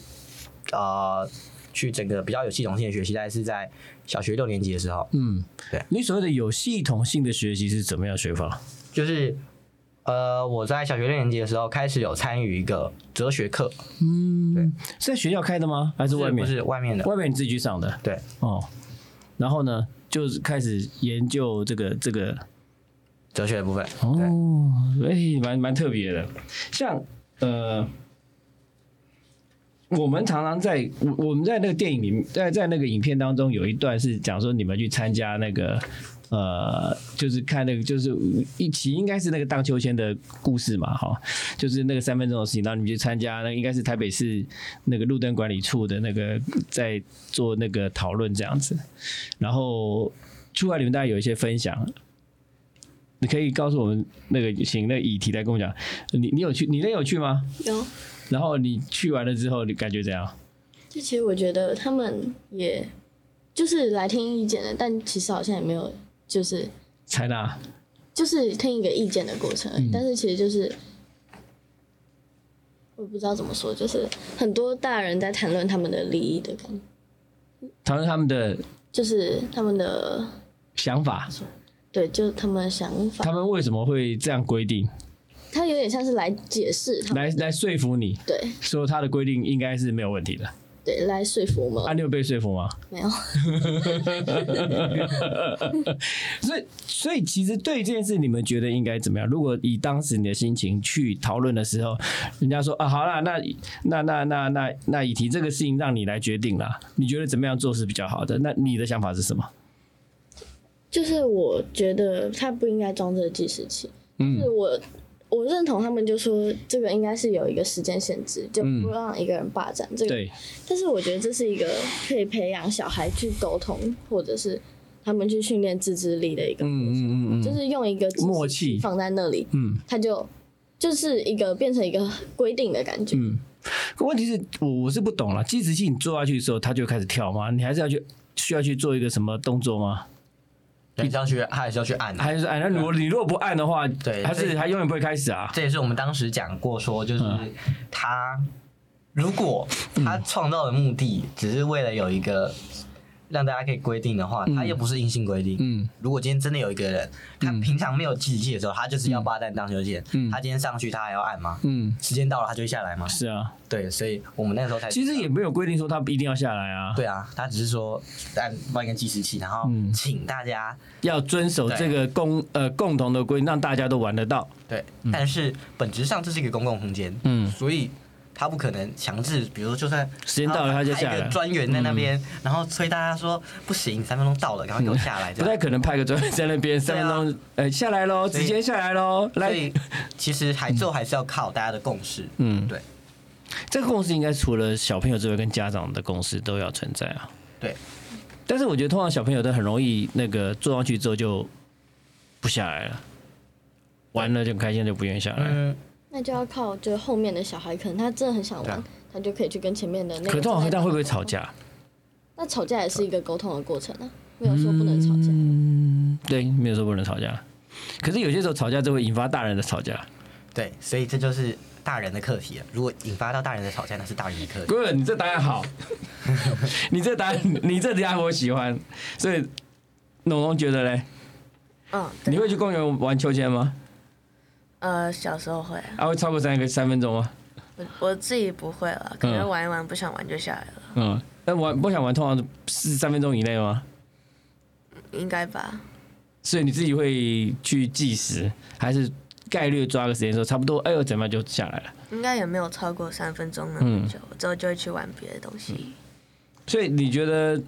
S3: 呃去整个比较有系统性的学习，但是在小学六年级的时候，
S2: 嗯，
S3: 对
S2: 你所谓的有系统性的学习是怎么样学法？
S3: 就是呃我在小学六年级的时候开始有参与一个哲学课，
S2: 嗯，是在学校开的吗？还是外面？
S3: 不是外面的，
S2: 外面你自己去上的
S3: 对，
S2: 哦。然后呢，就是开始研究这个这个
S3: 哲学的部分，对。
S2: 哦，哎、蛮蛮特别的。像呃，我们常常在我我们在那个电影里面，在在那个影片当中有一段是讲说你们去参加那个呃，就是看那个就是一起应该是那个荡秋千的故事嘛，哈，就是那个三分钟的事情，然后你们去参加，那应该是台北市那个路灯管理处的那个在做那个讨论这样子，然后。出来，你们大概有一些分享，你可以告诉我们那个，请那个议题来跟我讲，你你有去，你那有去吗？
S4: 有，
S2: 然后你去完了之后，你感觉怎样？
S4: 就其实我觉得他们也就是来听意见的，但其实好像也没有就是
S2: 采纳？
S4: 就是听一个意见的过程而已，
S2: 嗯
S4: 但是其实就是。我也不知道怎么说，就是很多大人在谈论他们的利益的感觉，
S2: 讨论他们的
S4: 就是他们的
S2: 想法，
S4: 对，就是他们的想法
S2: 他，们为什么会这样规定？
S4: 他有点像是来解释他们，
S2: 来来说服你
S4: 对
S2: 说他的规定应该是没有问题的。
S4: 对，来说服我们。
S2: 啊，你有被说服吗？
S4: 没有，
S2: 所以，所以其实对这件事，你们觉得应该怎么样？如果以当时你的心情去讨论的时候，人家说啊，好啦，那那那那那那以提这个事情让你来决定啦，你觉得怎么样做是比较好的？那你的想法是什么？
S4: 就是我觉得他不应该装这个计时器。
S2: 嗯
S4: 是我我认同他们就说这个应该是有一个时间限制，就
S2: 嗯
S4: 不让一个人霸占这个。
S2: 对，
S4: 但是我觉得这是一个可以培养小孩去沟通，或者是他们去训练自制力的一个，
S2: 嗯嗯嗯
S4: 就
S2: 嗯
S4: 是用一个计时
S2: 默契
S4: 放在那里，
S2: 嗯。
S4: 他就就是一个变成一个规定的感觉。
S2: 嗯，可问题是我我是不懂了，计时器你做下去的时候，它就开始跳吗？你还是要去需要去做一个什么动作吗？
S3: 还是要去，还是要去按。啊
S2: 还是按？哎那如果你如果不按的话，
S3: 对
S2: 还
S3: 所
S2: 是
S3: 以
S2: 它永远不会开始啊？
S3: 这也是我们当时讲过说，就是
S2: 嗯
S3: 他如果他创造的目的只是为了有一个让大家可以规定的话，他又不是硬性规定。
S2: 嗯
S3: 如果今天真的有一个人，他平常没有记器的时候，他就是要霸占荡秋千。
S2: 嗯
S3: 他今天上去，他还要按吗？
S2: 嗯，
S3: 时间到了，他就会下来吗？
S2: 是啊，
S3: 对，所以我们那时候才
S2: 其实也没有规定说它一定要下来啊。
S3: 对啊，他只是说按放一个计时器，然后
S2: 嗯
S3: 请大家
S2: 要遵守这个公呃共同的规定，让大家都玩得到。
S3: 对，但是本质上这是一个公共空间，
S2: 嗯
S3: 所以他不可能强制，比如说就算
S2: 时间到了
S3: 然后
S2: 他就
S3: 派
S2: 下
S3: 一个
S2: 来嗯
S3: 专员在那边，然后催大家说不行，三分钟到了，赶快给我下来，这
S2: 嗯不
S3: 样
S2: 太可能派个专人在那边三
S3: 对
S2: 分
S3: 啊
S2: 钟，呃，下来喽，
S3: 所以
S2: 直接下来喽，
S3: 所
S2: 来，
S3: 以其实还最后还是要靠大家的共识，
S2: 嗯，
S3: 对，
S2: 这个共识应该除了小朋友之外，跟家长的共识都要存在啊。
S3: 对，
S2: 但是我觉得通常小朋友都很容易那个坐上去之后就不下来了，玩了就很开心就不愿意下来。
S3: 嗯，
S4: 那就要靠就是后面的小孩，可能他真的很想
S3: 对
S4: 玩
S3: 啊，
S4: 他就可以去跟前面的那个。
S2: 可通常会但会不会吵？架？
S4: 那吵架也是一个沟通的过程啊，没有说不能吵架。
S2: 嗯对，没有说不能吵架。可是有些时候吵架就会引发大人的吵架。
S3: 对，所以这就是大人的课题了。如果引发到大人的吵架，那是大人的课题。
S2: 哥，你这答案好， 你这答案，你这答案我喜欢。所以，农农觉得嘞，
S5: 嗯，
S2: 你
S5: 对，
S2: 会去公园玩秋千吗？
S5: 呃，小时候会啊，
S2: 啊，会超过三个三分钟吗？
S5: 我我自己不会了，可
S2: 嗯
S5: 能玩一玩不想玩就下来了，
S2: 嗯，那玩不想玩，通常是三分钟以内吗？
S5: 应该吧？
S2: 所以你自己会去计时，还是概率抓个时间说差不多？哎呦，怎么样就下来了？
S5: 应该也没有超过三分钟那
S2: 嗯
S5: 么久，我之后就会去玩别的东西。
S2: 所以你觉得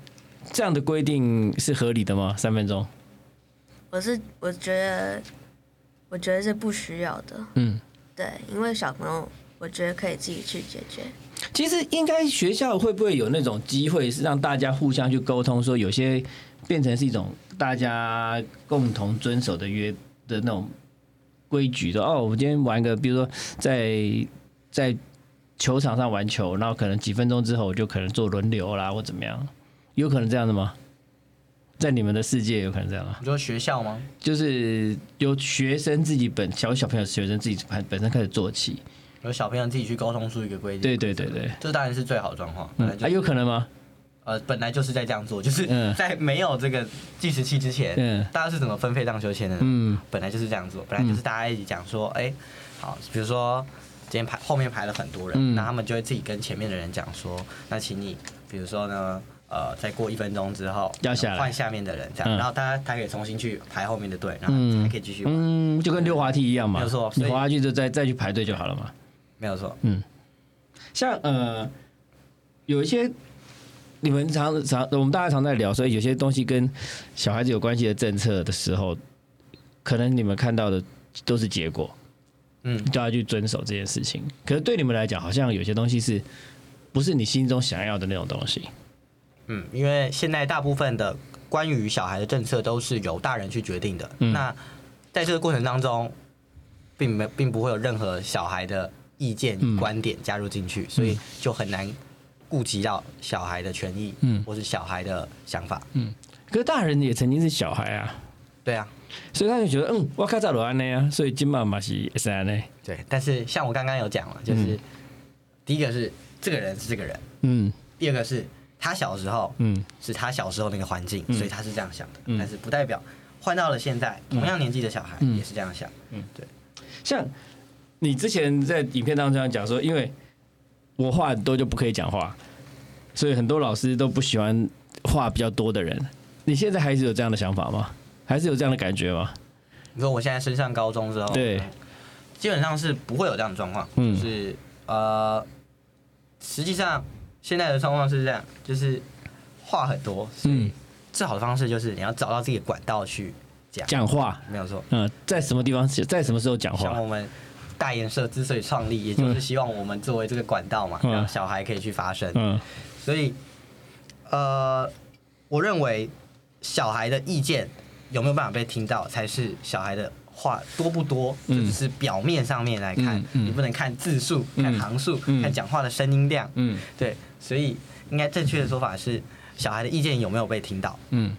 S2: 这样的规定是合理的吗？三分钟？
S5: 我是我觉得，我觉得是不需要的。
S2: 嗯，
S5: 对，因为小朋友，我觉得可以自己去解决。
S2: 其实应该学校会不会有那种机会，是让大家互相去沟通，说有些变成是一种大家共同遵守的约的那种规矩的哦，我们今天玩个，比如说在在球场上玩球，然后可能几分钟之后我就可能做轮流啦，或怎么样，有可能这样的吗？在你们的世界有可能这样吗？
S3: 你说学校吗？
S2: 就是由学生自己本小小朋友学生自己本本身开始做起，
S3: 有小朋友自己去沟通出一个规定，
S2: 对，对对对，
S3: 这当然是最好的状况。本
S2: 嗯
S3: 来，就
S2: 啊，有可能吗？
S3: 呃，本来就是在这样做，就是
S2: 嗯
S3: 在没有这个计时器之前，
S2: 嗯
S3: 大家是怎么分配荡秋千的呢？
S2: 嗯
S3: 本来就是这样做，本来就是大家一起讲说，哎、好，比如说今天排后面排了很多人，
S2: 嗯
S3: 那他们就会自己跟前面的人讲说，那请你，比如说呢。呃，再过一分钟之后
S2: 要下来
S3: 换下面的人，这样，
S2: 嗯
S3: 然后大家他可以重新去排后面的队，然后才可以继续玩，
S2: 嗯，就跟溜滑梯一样嘛，
S3: 没有错
S2: 你
S3: 所以
S2: 滑下去就再再去排队就好了嘛。
S3: 没有错。
S2: 像呃，有一些你们常常我们大家常在聊，所以有些东西跟小孩子有关系的政策的时候，可能你们看到的都是结果，
S3: 嗯，
S2: 就要去遵守这件事情。可是对你们来讲，好像有些东西是不是你心中想要的那种东西？
S3: 嗯，因为现在大部分的关于小孩的政策都是由大人去决定的。
S2: 嗯
S3: 那在这个过程当中，并没并不会有任何小孩的意见、
S2: 嗯
S3: 观点加入进去，所以就很难顾及到小孩的权益，
S2: 嗯
S3: 或是小孩的想法。
S2: 可是大人也曾经是小孩啊，
S3: 对啊，
S2: 所以他就觉得嗯，我看到罗安那啊，所以金妈妈是安呢，
S3: 对。但是像
S2: 嗯
S3: 我刚刚有讲了，就是、第一个是这个人是这个人，
S2: 嗯
S3: 第二个是他小时候
S2: 嗯
S3: 是他小时候那个环境，所以他是这样想的，
S2: 嗯
S3: 但是不代表换到了现在同样年纪的小孩
S2: 嗯
S3: 也是这样想。
S2: 像你之前在影片当中讲说，因为我话很多就不可以讲话，所以很多老师都不喜欢话比较多的人。你现在还是有这样的想法吗？还是有这样的感觉吗？
S3: 你说我现在升上高中之后，
S2: 对
S3: 嗯，基本上是不会有这样的状况，
S2: 嗯
S3: 就是呃，实际上现在的状况是这样，就是话很多，所以
S2: 嗯
S3: 最好的方式就是你要找到自己的管道去讲，
S2: 讲话，
S3: 没有错。
S2: 嗯，在什么地方，在什么时候讲
S3: 像
S2: 话？
S3: 我们大研社之所以创立，也就是希望我们作为这个管道嘛，
S2: 嗯
S3: 让小孩可以去发声，
S2: 嗯
S3: 所以呃，我认为小孩的意见有没有办法被听到，才是小孩的话多不多，这
S2: 嗯
S3: 只是表面上面来看，
S2: 嗯嗯
S3: 你不能看字数、
S2: 嗯
S3: 看行数、
S2: 嗯
S3: 看讲话的声音量。
S2: 嗯
S3: 对，所以应该正确的说法是，小孩的意见有没有被听到？
S2: 嗯。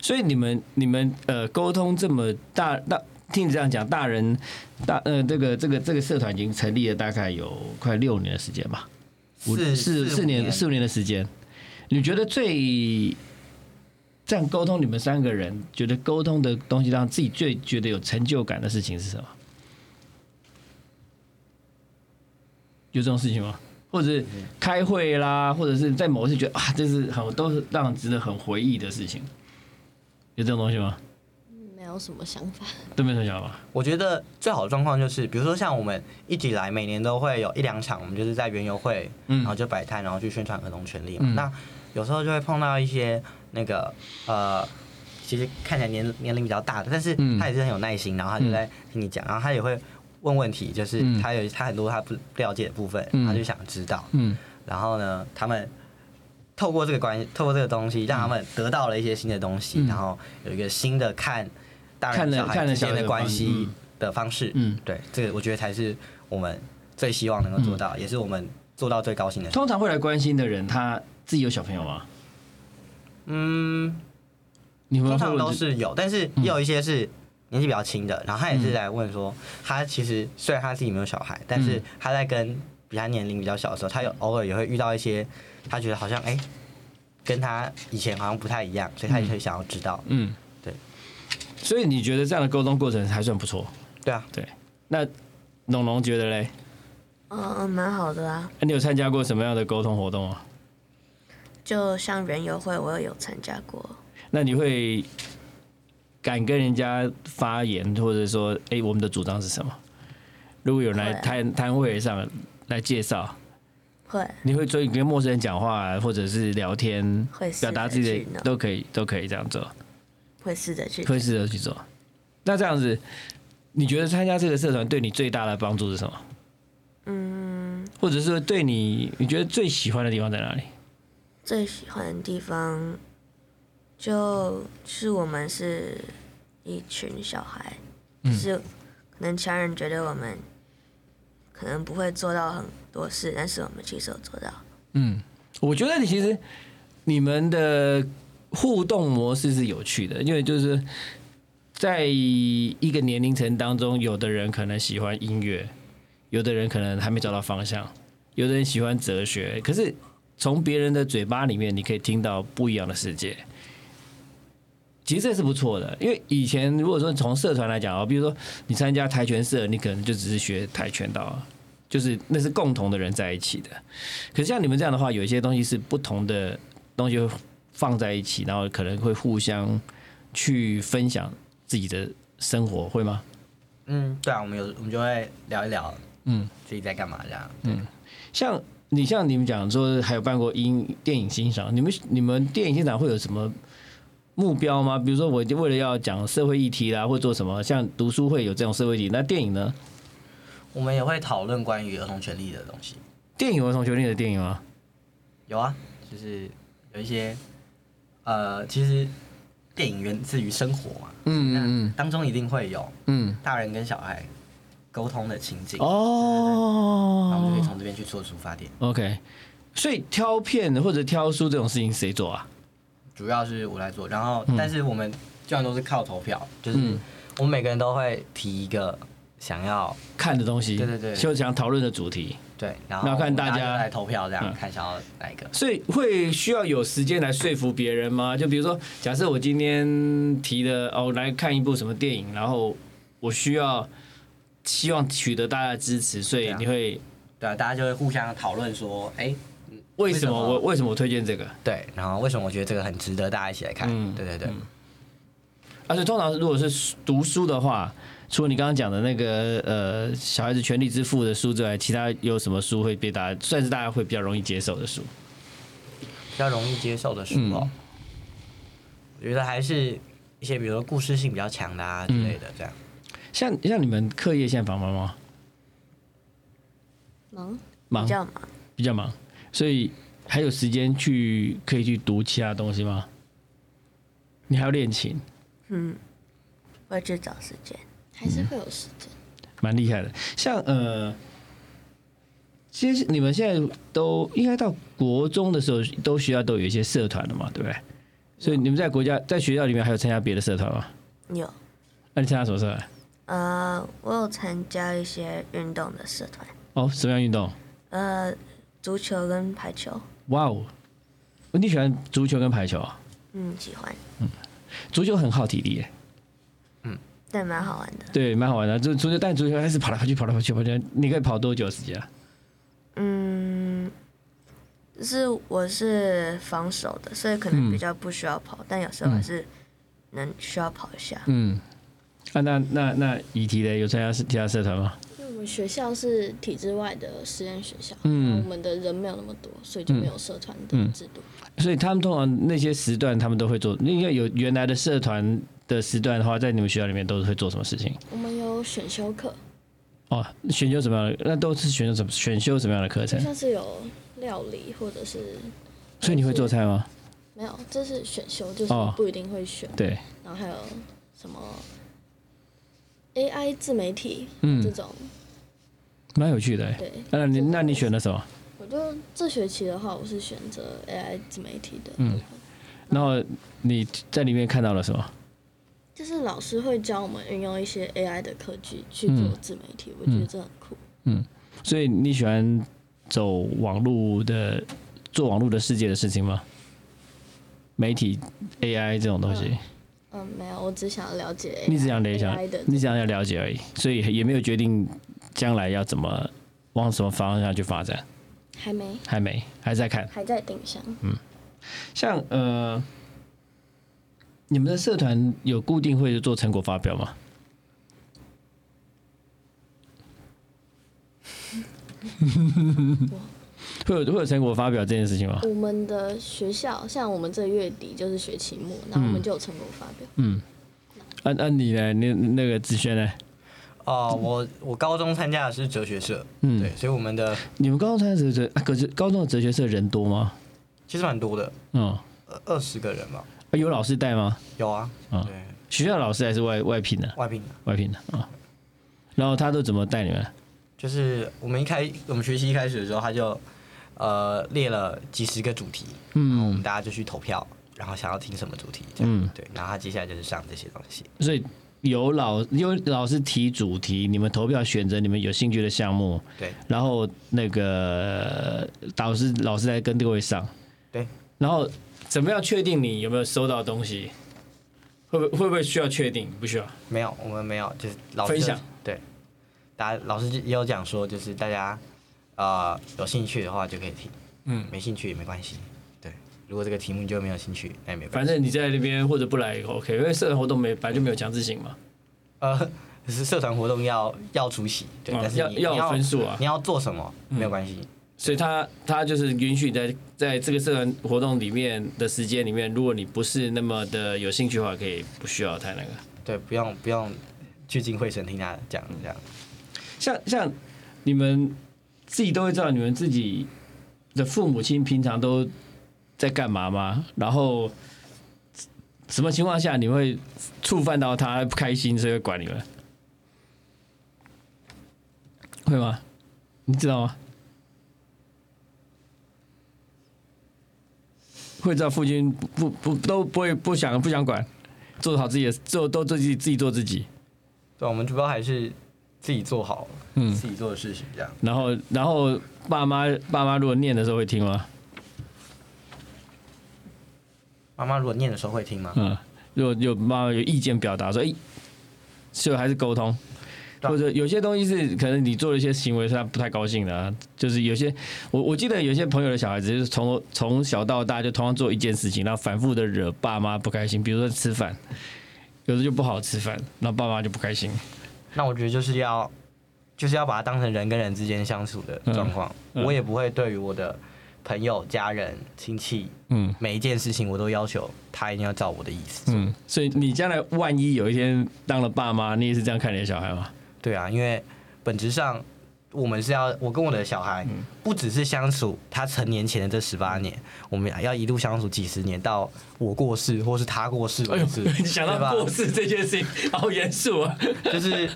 S2: 所以你们你们呃沟通这么大大，听你这样讲，大人大呃这个这个这个社团已经成立了大概有快六年的时间吧。五
S3: 四
S2: 四
S3: 四
S2: 四
S3: 五
S2: 年四五年的时间，你觉得最这样沟通，你们三个人觉得沟通的东西让自己最觉得有成就感的事情是什么？有这种事情吗？或者是开会啦，或者是在某一次觉得啊，这是很都是让人值得很回忆的事情，有这种东西吗？
S4: 没有什么想法。
S2: 都没有什么想法。
S3: 我觉得最好的状况就是，比如说像我们一直以来每年都会有一两场，我们就是在园游会，
S2: 嗯
S3: 然后就摆摊，然后去宣传儿童权利嘛。
S2: 嗯
S3: 那有时候就会碰到一些那个呃，其实看起来年年龄比较大的，但是
S2: 嗯
S3: 他也是很有耐心，然后他就在听你讲，然后他也会问问题，就是
S2: 嗯
S3: 他有他很多他不了解的部分，
S2: 嗯
S3: 他就想知道。
S2: 嗯
S3: 然后呢，他们透过这个关系，透过这个东西，让他们得到了一些新的东西，
S2: 嗯
S3: 然后有一个新的看大
S2: 看
S3: 人
S2: 了
S3: 小孩
S2: 看了
S3: 之
S2: 小
S3: 间
S2: 孩
S3: 的
S2: 的
S3: 关
S2: 方式
S3: 系
S2: 嗯
S3: 的方式。
S2: 嗯，
S3: 对，这个我觉得才是我们最希望能够
S2: 嗯
S3: 做到，也是我们做到最高兴的事。
S2: 通常会来关心的人，他自己有小朋友吗？
S3: 嗯，
S2: 你们
S3: 通
S2: 会
S3: 常
S2: 嗯问
S3: 都
S2: 这
S3: 是有，但是也有一些是年纪比较轻的，然后他也
S2: 嗯
S3: 是来问说，他其实虽然他自己没有小孩，但
S2: 嗯
S3: 是他在跟比他年龄比较小的时候，他有偶尔也会遇到一些他觉得好像哎、跟他以前好像不太一样，所以他也会想要知道。
S2: 嗯，
S3: 对。
S2: 所以你觉得这样的沟通过程还算不错？
S3: 对啊，
S2: 那龙龙觉得嘞？
S5: 嗯嗯，蛮好的啊。
S2: 那你有参加过什么样的沟通活动啊？
S5: 就像人游会，我也有参加过。
S2: 那你会敢跟人家发言，或者说，哎、我们的主张是什么？如果有人来
S5: 会啊
S2: 摊摊位上来介绍，
S5: 会，
S2: 你会所以跟陌生人讲话，啊或者是聊天
S5: 会，试着
S2: 表达自己
S5: 去
S2: 的
S5: 弄
S2: 都可以，都可以这样做。
S5: 会试着去。
S2: 会试着去做。那这样子，你觉得参加这个社团对你最大的帮助是什么？嗯，或者是对你，你觉得最喜欢的地方在哪里？
S5: 最喜欢的地方，就是我们是一群小孩，就是可能其他人觉得我们可能不会做到很多事，但是我们其实有做到。
S2: 我觉得你其实你们的互动模式是有趣的，因为就是在一个年龄层当中，有的人可能喜欢音乐，有的人可能还没找到方向，有的人喜欢哲学，可是从别人的嘴巴里面，你可以听到不一样的世界。其实这是不错的，因为以前如果说从社团来讲啊，比如说你参加跆拳社，你可能就只是学跆拳道，就是那是共同的人在一起的。可是像你们这样的话，有一些东西是不同的东西会放在一起，然后可能会互相去分享自己的生活，会吗？
S3: 嗯，对啊，我们有我们就会聊一聊，
S2: 嗯，
S3: 自己在干嘛这样。
S2: 像你像你们讲说还有办过音电影欣赏，你们你们电影欣赏会有什么目标吗？比如说我为了要讲社会议题啦，或做什么，像读书会有这种社会议题，那电影呢？
S3: 我们也会讨论关于儿童权利的东西。
S2: 电影有同学练的电影吗？
S3: 有啊，就是有一些呃，其实电影源自于生活嘛，
S2: 嗯嗯
S3: 当中一定会有
S2: 嗯，
S3: 大人跟小孩沟通的情景，那我们就可以
S2: 哦
S3: 从这边去做出发点。
S2: ，OK，所以挑片或者挑书这种事情谁做啊？
S3: 主要是我来做，然后但是我们居然都是靠投票，就是
S2: 嗯
S3: 我们每个人都会提一个想要
S2: 看的东西，
S3: 对对对
S2: 就想讨论的主题，
S3: 对，然后
S2: 那看大
S3: 大
S2: 家
S3: 就来投票，这样
S2: 嗯
S3: 看想要哪一个。
S2: 所以会需要有时间来说服别人吗？就比如说，假设我今天提的哦，来看一部什么电影，然后我需要希望取得大家的支持，所以
S3: 对啊
S2: 你会
S3: 对啊，大家就会互相讨论说，哎，
S2: 为什么
S3: 为什么
S2: 我为什么我推荐这个？
S3: 对，然后为什么我觉得这个很值得大家一起来看？
S2: 嗯
S3: 对对对，
S2: 而啊且通常如果是读书的话，除了你刚刚讲的那个呃《小孩子权利之父》的书之外，其他有什么书会被大家算是大家会比较容易接受的书？
S3: 比较容易接受的书
S2: 嗯
S3: 哦。我觉得还是一些比如说故事性比较强的啊之
S2: 嗯
S3: 类的，这样
S2: 像像你们课业现在繁忙吗？
S4: 忙
S2: 忙
S5: 比较忙。
S2: 比较忙，所以还有时间去可以去读其他东西吗？你还要练琴，
S5: 嗯，我去找时间。
S4: 还是会有时间。
S2: 蛮厉害的。像呃，其实你们现在都应该到国中的时候，都学校都有一些社团了嘛，对不对？所以你们在国家在学校里面还有参加别的社团吗？啊
S5: 有，
S2: 那你参加什么社团？
S5: 呃，我有参加一些运动的社团，
S2: 哦，什么样运动？
S5: 呃，足球跟排球，
S2: 哇哦，你喜欢足球跟排球啊？
S5: 嗯，喜欢，
S2: 足球很耗体力耶，
S5: 但蛮好玩的。
S2: 对，蛮好玩的。足足球，但足球还是跑来跑去，跑来跑去，跑来跑去。你可以跑多久时间啊？
S5: 嗯，是我是防守的，所以可能比较不需要跑，但有时候还是能需要跑一下。
S2: 嗯，啊，那那那以提的有参加其他社团吗？
S4: 因为我们学校是体制外的实验学校，
S2: 嗯
S4: 然后我们的人没有那么多，所以就没有社团的制度。
S2: 所以他们通常那些时段他们都会做，应该有原来的社团的时段的话，在你们学校里面都是会做什么事情？
S4: 我们有选修课，
S2: 哦，选修什么样的？那都是选修什么？选修什么样的课程
S4: 就？像是有料理或者是
S2: 所以你会做菜吗？
S4: 没有，这是选修，就是
S2: 哦
S4: 不一定会选。
S2: 对，
S4: 然后还有什么 AI 自媒体、
S2: 嗯
S4: 这种，
S2: 蛮有趣的欸。
S4: 对，
S2: 那你那你选了什么？
S4: 我就这学期的话，我是选择 AI 自媒体的，
S2: 嗯然后你在里面看到了什么？
S4: 就是老师会教我们运用一些 AI 的科技去做
S2: 嗯
S4: 自媒体，我觉得这很酷。
S2: 所以你喜欢走网络的做网络的世界的事情吗？媒体 AI 这种东西，
S4: 嗯，没有，我只想了解 AI,
S2: 你只想了想
S4: AI 的，
S2: 你只想要了解而已，所以也没有决定将来要怎么往什么方向去发展，
S4: 还没
S2: 还没，还在看。
S4: 还在定向。
S2: 嗯像呃，你们的社团有固定会做成果发表吗？会有会有成果发表这件事情吗？
S4: 我们的学校像我们这月底就是学期末，然后我们就有成果发表。
S2: 嗯按、按、你呢？你那个子轩呢？
S3: 哦，我我高中参加的是哲学社，
S2: 嗯
S3: 对，所以我们的
S2: 你们高中参加哲学啊可是高中的哲学社人多吗？
S3: 其实蛮多的，
S2: 嗯，啊
S3: 二二十个人吧，
S2: 有老师带吗？
S3: 有啊，
S2: 嗯
S3: 对，
S2: 学校老师还是外外聘的？
S3: 外聘的。
S2: 外聘的啊。然后他都怎么带你们？
S3: 就是我们一开我们学习一开始的时候，他就呃列了几十个主题，然后我们大家就去投票，然后想要听什么主题，这样、
S2: 嗯
S3: 对，然后他接下来就是上这些东西，
S2: 所以有老有老师提主题，你们投票选择你们有兴趣的项目，
S3: 对
S2: 然后那个导师老师来跟各位上，
S3: 对，
S2: 然后怎么样确定你有没有收到东西？会不会会不会需要确定？不需要。
S3: 没有我们没有，就是老师
S2: 分享
S3: 对，大家老师也有讲说，就是大家呃有兴趣的话就可以听，
S2: 嗯
S3: 没兴趣也没关系，对，如果这个题目就没有兴趣，那也没
S2: 反
S3: 关系，
S2: 正你在那边或者不来也 OK，因为社团活动没本来就没有强制性嘛，
S3: 呃。是社团活动要要出席，对，
S2: 啊
S3: 但是
S2: 要
S3: 你
S2: 要
S3: 你
S2: 有
S3: 要
S2: 分数啊
S3: 你要做什么没有关系，
S2: 所以他他就是允许在在这个社团活动里面的时间里面，如果你不是那么的有兴趣的话，可以不需要太那个。
S3: 对，不用不用聚精会神听他讲这样。
S2: 像像你们自己都会知道你们自己的父母亲平常都在干嘛吗？然后什么情况下你会触犯到他不开心，所以会管你们？会吗？你知道吗？会知道父亲不不都不会不想不想管，做好自己的做都自己自己做自己。
S3: 对，我们主要还是自己做好，嗯，自己做的事情这样。
S2: 然后然后爸妈爸妈如果念的时候会听吗？
S3: 妈妈如果念的时候会听吗？
S2: 嗯，如果有妈妈有意见表达说，哎、就还是沟通，
S3: 对啊
S2: 或者有些东西是可能你做了一些行为是他不太高兴的啊、就是有些我我记得有些朋友的小孩子就是从从小到大就同样做一件事情，然后反复的惹爸妈不开心，比如说吃饭，有的就不好吃饭，然后爸妈就不开心。
S3: 那我觉得就是要，就是要把它当成人跟人之间相处的状况。
S2: 嗯嗯
S3: 我也不会对于我的朋友、家人、亲戚，
S2: 嗯
S3: 每一件事情我都要求他一定要照我的意思。
S2: 嗯，所以你将来万一有一天当了爸妈，你也是这样看你的小孩吗？
S3: 对啊，因为本质上我们是要，我跟我的小孩不只是相处他成年前的这十八年，我们要一路相处几十年，到我过世或是他过世
S2: 哎
S3: 为
S2: 呦
S3: 止，，
S2: 你想
S3: 对
S2: 到
S3: 吧
S2: 过世这件事情，好严肃啊！
S3: 就是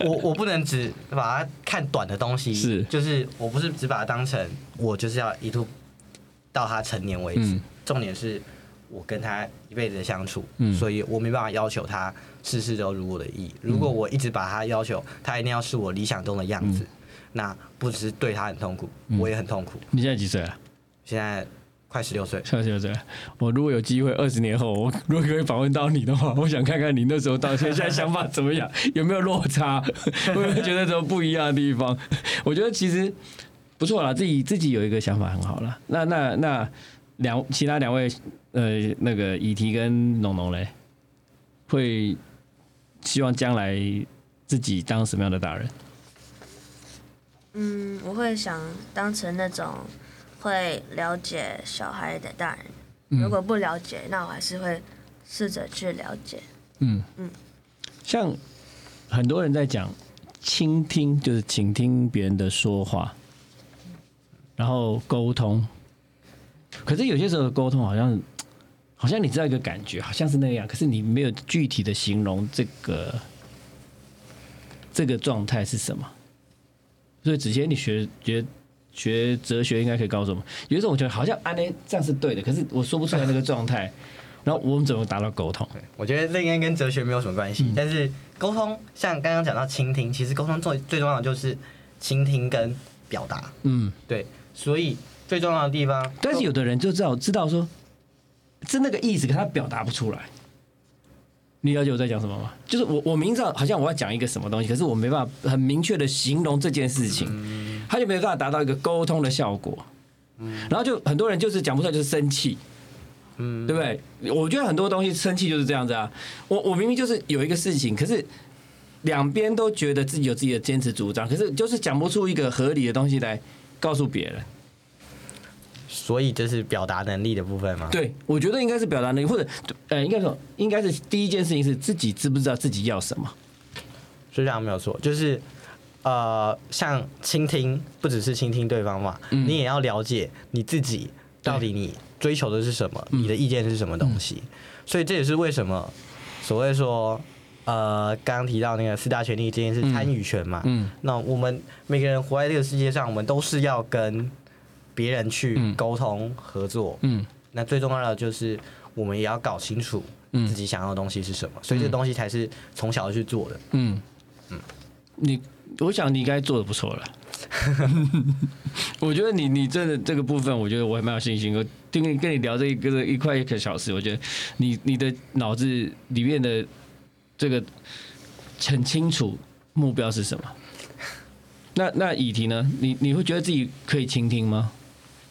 S3: 我我不能只把它看短的东西，
S2: 是
S3: 就是我不是只把它当成我就是要一路到他成年为止，
S2: 嗯
S3: 重点是我跟他一辈子的相处，
S2: 嗯
S3: 所以我没办法要求他事事都如我的意。如
S2: 嗯
S3: 果我一直把他要求，他一定要是我理想中的样子，那不只是对他很痛苦，
S2: 嗯
S3: 我也很痛苦。
S2: 你现在几岁了？
S3: 现在快十六岁，
S2: 小姐姐，我如果有机会，二十年后，我如果可以访问到你的话，我想看看你那时候到现在想法怎么样，有没有落差， 会不会觉得什么不一样的地方？我觉得其实不错啦，自己自己有一个想法很好啦。那那那两其他两位呃那个以提跟农农嘞，会希望将来自己当什么样的大人？
S5: 嗯，我会想当成那种会了解小孩的大人。如果不了解，那我还是会试着去了解。
S2: 嗯，像很多人在讲倾听，就是倾听别人的说话，然后沟通。可是有些时候的沟通好像，好像你知道一个感觉，好像是那样，可是你没有具体的形容这个这个状态是什么。所以子谦，你学学学哲学应该可以告诉我们，有一种我觉得好像安内这样是对的，可是我说不出来那个状态，然后我们怎么达到沟通？
S3: 我觉得这应该跟哲学没有什么关系，
S2: 嗯
S3: 但是沟通像刚刚讲到倾听，其实沟通最最重要的就是倾听跟表达，
S2: 嗯。
S3: 对，所以最重要的地方，
S2: 但是有的人就知道知道说是那个意思，可他表达不出来。你了解我在讲什么吗？就是我我明知道好像我要讲一个什么东西，可是我没办法很明确的形容这件事情，他就没办法达到一个沟通的效果。然后就很多人就是讲不出来，就是生气，
S3: 嗯，
S2: 对不对？我觉得很多东西生气就是这样子啊。我我明明就是有一个事情，可是两边都觉得自己有自己的坚持主张，可是就是讲不出一个合理的东西来告诉别人。
S3: 所以这是表达能力的部分嘛，，
S2: 对，我觉得应该是表达能力，或者呃，应该说，应该是第一件事情是自己知不知道自己要什么。
S3: 是这样没有错，就是呃，像倾听不只是倾听对方嘛，
S2: 嗯
S3: 你也要了解你自己到底你追求的是什么，你的意见是什么东西，
S2: 嗯
S3: 所以这也是为什么所谓说。呃，刚刚提到那个四大权利，这件事参与权嘛，
S2: 嗯
S3: 那我们每个人活在这个世界上，我们都是要跟别人去沟通、合作。
S2: 嗯
S3: 那最重要的就是，我们也要搞清楚
S2: 嗯
S3: 自己想要的东西是什么，所以这个东西才是从小去做的。
S2: 嗯你我想你应该做的不错了。我觉得你你真的这个部分，我觉得我还蛮有信心。我听你跟你聊这一个一块一个小时，我觉得你你的脑子里面的这个很清楚目标是什么。那那以婷呢？你你会觉得自己可以倾听吗？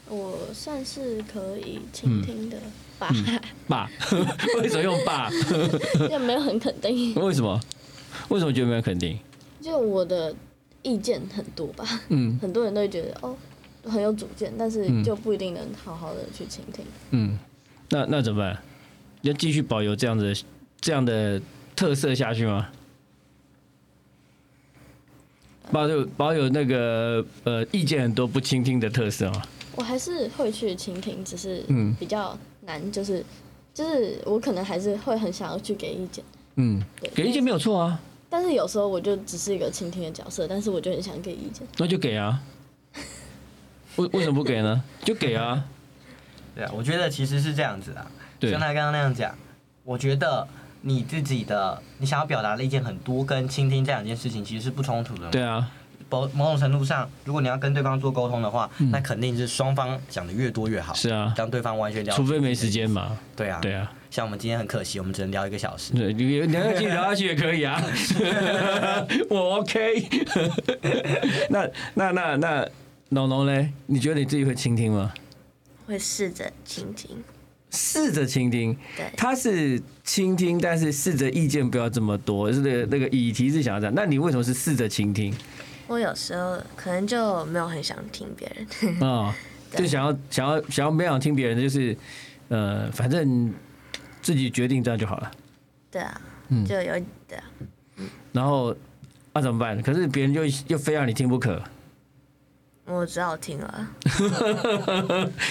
S4: 我算是可以
S2: 嗯
S4: 倾听的吧，
S2: 爸， 为什么用爸？
S4: 也没有很肯 定，
S2: 为什么？为什么觉得没有肯定？
S4: 就我的意见很多吧，
S2: 嗯
S4: 很多人都会觉得哦很有主见，但
S2: 嗯
S4: 是就不一定能好好的去倾听。
S2: 嗯，那那怎么办？要继续保有这样的这样的特色下去吗？保有保有那个呃意见很多不倾听的特色吗？
S4: 我还是会去倾听，只是
S2: 嗯
S4: 比较难，就是就是我可能还是会很想要去给意见，
S2: 嗯，给意见没有错啊，
S4: 但是有时候我就只是一个倾听的角色，但是我就很想给意见。
S2: 那就给啊。为为什么不给呢？就给啊。
S3: 对啊，我觉得其实是这样子啊，
S2: 对
S3: 像他刚刚那样讲，我觉得你自己的你想要表达的意见很多，跟倾听这两件事情其实是不冲突的。
S2: 对啊，
S3: 某某种程度上，如果你要跟对方做沟通的话，那肯定是双方讲的越多越好，
S2: 嗯是啊，
S3: 让对方完全了解。
S2: 除非没时，间嘛。
S3: 对啊，
S2: 对。啊，
S3: 像我们今天很可惜，我们只能聊一个 小时。
S2: 对，你聊下去聊下去也可以 啊，我 OK 那。那那那那农农嘞，你觉得你自己会倾听吗？
S5: 会试着倾听，
S2: 试着倾听，
S5: 对
S2: 他是倾听，但是试着意见不要这么多，是那个那个议题是想要这样。那你为什么是试着倾听
S5: 我有时候可能就没有很想听别人，
S2: 啊、就想要想要想要没想听别人的，就是呃，反正自己决定这样就好了。
S5: 对啊，就有对啊，
S2: 然后那、啊怎么办？可是别人就又非要你听不可，
S5: 我只好听了，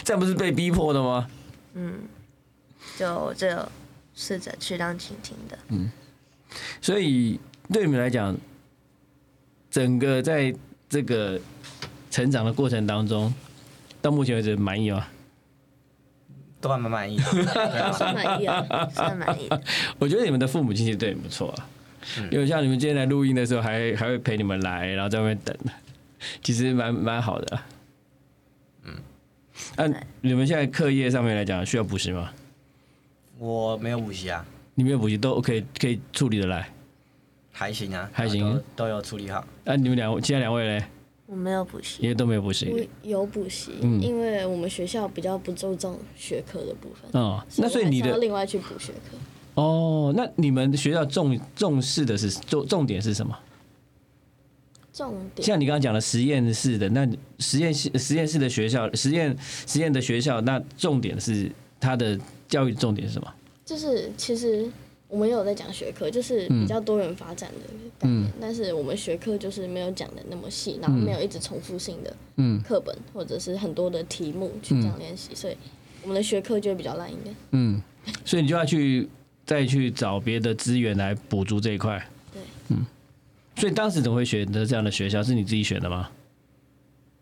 S2: 这样不是被逼迫的吗？
S5: 就我就试着去当倾听的。
S2: 所以对你们来讲，整个在这个成长的过程当中，到目前为止啊满意吗？
S3: 都还蛮满意的。对啊
S4: 算满意啊。
S5: 算满意的。
S2: 我觉得你们的父母亲戚对你不错啊，因为像你们今天来录音的时候还还会陪你们来，然后在外面等，其实蛮蛮好的啊、嗯，那、你们现在课业上面来讲需要补习吗？
S3: 我没有补习啊，
S2: 你们有补习都 OK，可以处理的来。
S3: 还行啊，
S2: 还行
S3: 都都有处理好。
S2: 那、啊你们两其他两位嘞，
S5: 我没有补
S2: 因
S5: 习，
S2: 为都没有补
S4: 我
S2: 习。
S4: 有补习，
S2: 嗯
S4: 因为我们学校比较不注重学科的部分，
S2: 哦，那所以
S4: 我还
S2: 你
S4: 是要
S2: 的
S4: 另外去补学科。
S2: 哦，那你们学校重重视的是重重点是什么？
S4: 重点
S2: 像你刚刚讲的实验室的，那实验室实验室的学校，实验实验的学校，那重点是它的教育重点是什么？
S4: 就是其实我们有在讲学科，就是比较多元发展的概念，但是我们学科就是没有讲的那么细，然后没有一直重复性的
S2: 嗯
S4: 课本或者是很多的题目去这样练习，所以我们的学科就会比较烂一点。
S2: 嗯，所以你就要去再去找别的资源来补足这一块。
S4: 对，
S2: 嗯，所以当时怎么会选择这样的学校？是你自己选的吗？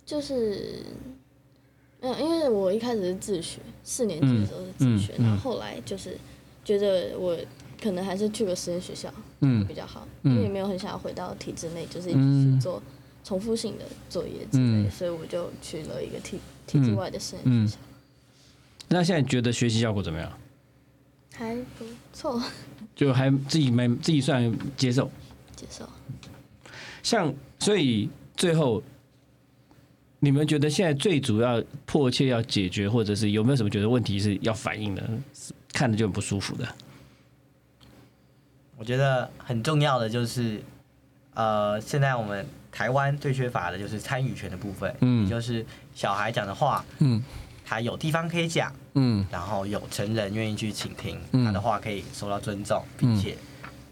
S4: 就是，嗯，因为我一开始是自学，四年级的时候是自学，
S2: 嗯嗯
S4: 然后后来就是觉得我可能还是去个实验学校
S2: 嗯
S4: 比较好，
S2: 嗯
S4: 因为也没有很想要回到体制内，就是一直
S2: 嗯
S4: 去做重复性的作业之类的，
S2: 嗯
S4: 所以我就去了一个体体制外的实验
S2: 嗯
S4: 学校，
S2: 那现在觉得学习效果怎么样？
S4: 还不错，
S2: 就还自己没自己算接受，
S4: 接受。
S2: 像所以最后，你们觉得现在最主要迫切要解决，或者是有没有什么觉得问题是要反映的，是看着就很不舒服的？
S3: 我觉得很重要的就是，呃，现在我们台湾最缺乏的就是参与权的部分，
S2: 嗯
S3: 也就是小孩讲的话，
S2: 嗯
S3: 他有地方可以讲，
S2: 嗯
S3: 然后有成人愿意去倾听，
S2: 嗯
S3: 他的话可以受到尊重，并且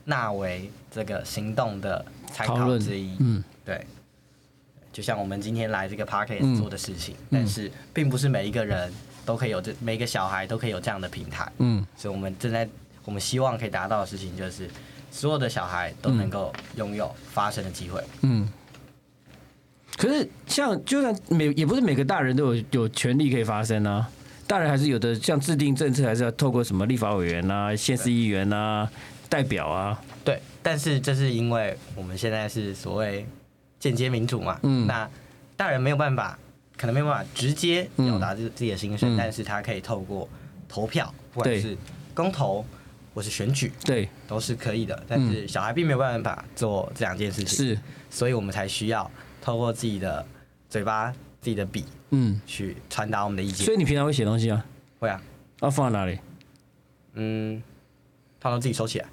S3: 纳为这个行动的参
S2: 讨
S3: 考
S2: 论
S3: 之一。
S2: 嗯
S3: 对，就像我们今天来这个 p a r k e
S2: 嗯
S3: t 做的事情，但是并不是每一个人都可以有这，每一个小孩都可以有这样的平台。
S2: 嗯
S3: 所以我们正在我们希望可以达到的事情就是，所有的小孩都能够拥有发声的机会。
S2: 嗯。可是像就算每也不是每个大人都有有权利可以发声啊。大人还是有的，像制定政策还是要透过什么立法委员啊、县市议员啊、代表啊，
S3: 对，但是这是因为我们现在是所谓间接民主嘛，
S2: 嗯
S3: 那大人没有办法，可能没有办法直接表达自自己的心声，
S2: 嗯
S3: 但是他可以透过投票，不管
S2: 对
S3: 是公投或是选举，
S2: 对，
S3: 都是可以的。但是小孩并没有办法做这两件事情，
S2: 嗯是，
S3: 所以我们才需要透过自己的嘴巴、自己的笔
S2: 嗯。
S3: 去传达我们的意见
S2: 所。以你平常会写东西啊？
S3: 会啊，
S2: 要放在哪 里？
S3: 嗯，他都自己收起来，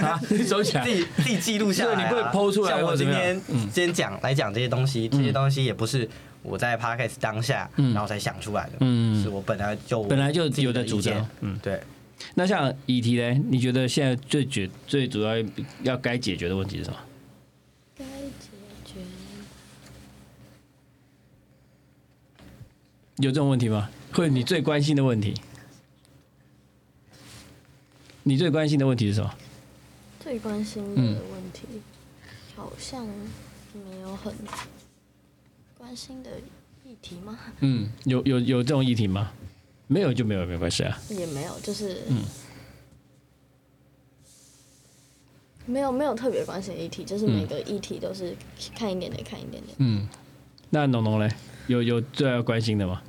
S2: 啊，你收起来
S3: 自。己自己记录下来、啊。
S2: 所以你不会 po 出来
S3: 像
S2: 或
S3: 我
S2: 者怎
S3: 今
S2: 么样嗯
S3: 天今天讲来讲这些东西，这些东西也不是我在 podcast 当下然后才想出来的，
S2: 嗯
S3: 是我本来就
S2: 本来就
S3: 自己
S2: 有的
S3: 意
S2: 主
S3: 见
S2: 张，嗯
S3: 对。
S2: 那像议题嘞，你觉得现在最决最主要要该解决的问题是什么？
S4: 该解决
S2: 有这种问题吗？或者你最关心的问题？你最关心的问题是什么？
S4: 最关心的
S2: 嗯
S4: 问题，好像没有很关心的议题吗？
S2: 嗯，有有有这种议题吗？没有就没有，没关系啊。
S4: 也没有，就是没有没有特别关心的议题，就是每个议题都是看一点点，看一点点。
S2: 嗯，那农农嘞，有有最要关心的吗？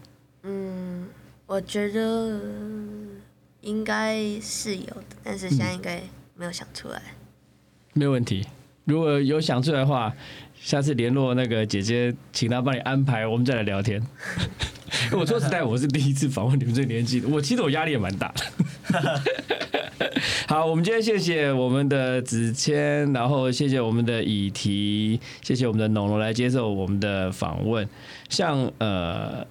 S5: 嗯，我觉得应该是有的，但是现在应该没有想出来。
S2: 没有问题。如果有想出来的话，下次联络那个姐姐，请她帮你安排，我们再来聊天。我说实在，我是第一次访问你们这个年纪的，我其实我压力也蛮大的。好，我们今天谢谢我们的子谦，然后谢谢我们的以提，谢谢我们的农农来接受我们的访问。像呃，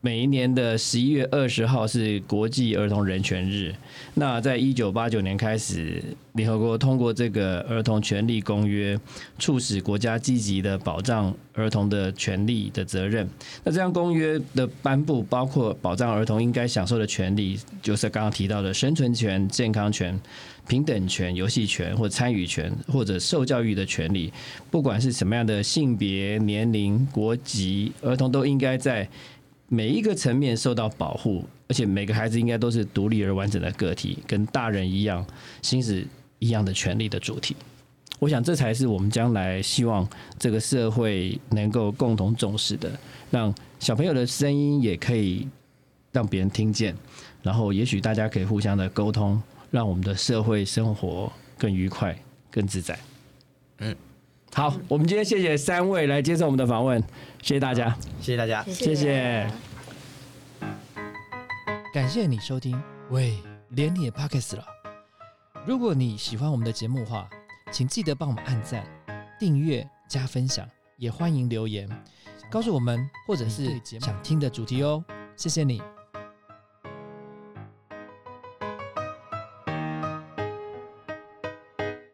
S2: 每一年的十一月二十号是国际儿童人权日，那在一九八九年开始，联合国通过这个《儿童权利公约》，促使国家积极的保障儿童的权利的责任。那这项公约的颁布，包括保障儿童应该享受的权利，就是刚刚提到的生存权、健康权、平等权、游戏权或参与权，或者受教育的权利。不管是什么样的性别、年龄、国籍，儿童都应该在每一个层面受到保护，而且每个孩子应该都是独立而完整的个体，跟大人一样，行使一样的权利的主体。我想，这才是我们将来希望这个社会能够共同重视的，让小朋友的声音也可以让别人听见，然后也许大家可以互相的沟通，让我们的社会生活更愉快、更自在。嗯
S3: 嗯，
S2: 好，我们今天谢谢三位来接受我们的访问，谢谢大家。
S3: 谢谢大家。
S2: 谢
S5: 啊
S2: 谢
S1: 感谢你收听，喂，连你也 Pockets 了。如果你喜欢我们的节目的话，请记得帮我们按赞、订阅、加分享，也欢迎留言告诉我们，或者是想听的主题哦。谢谢你，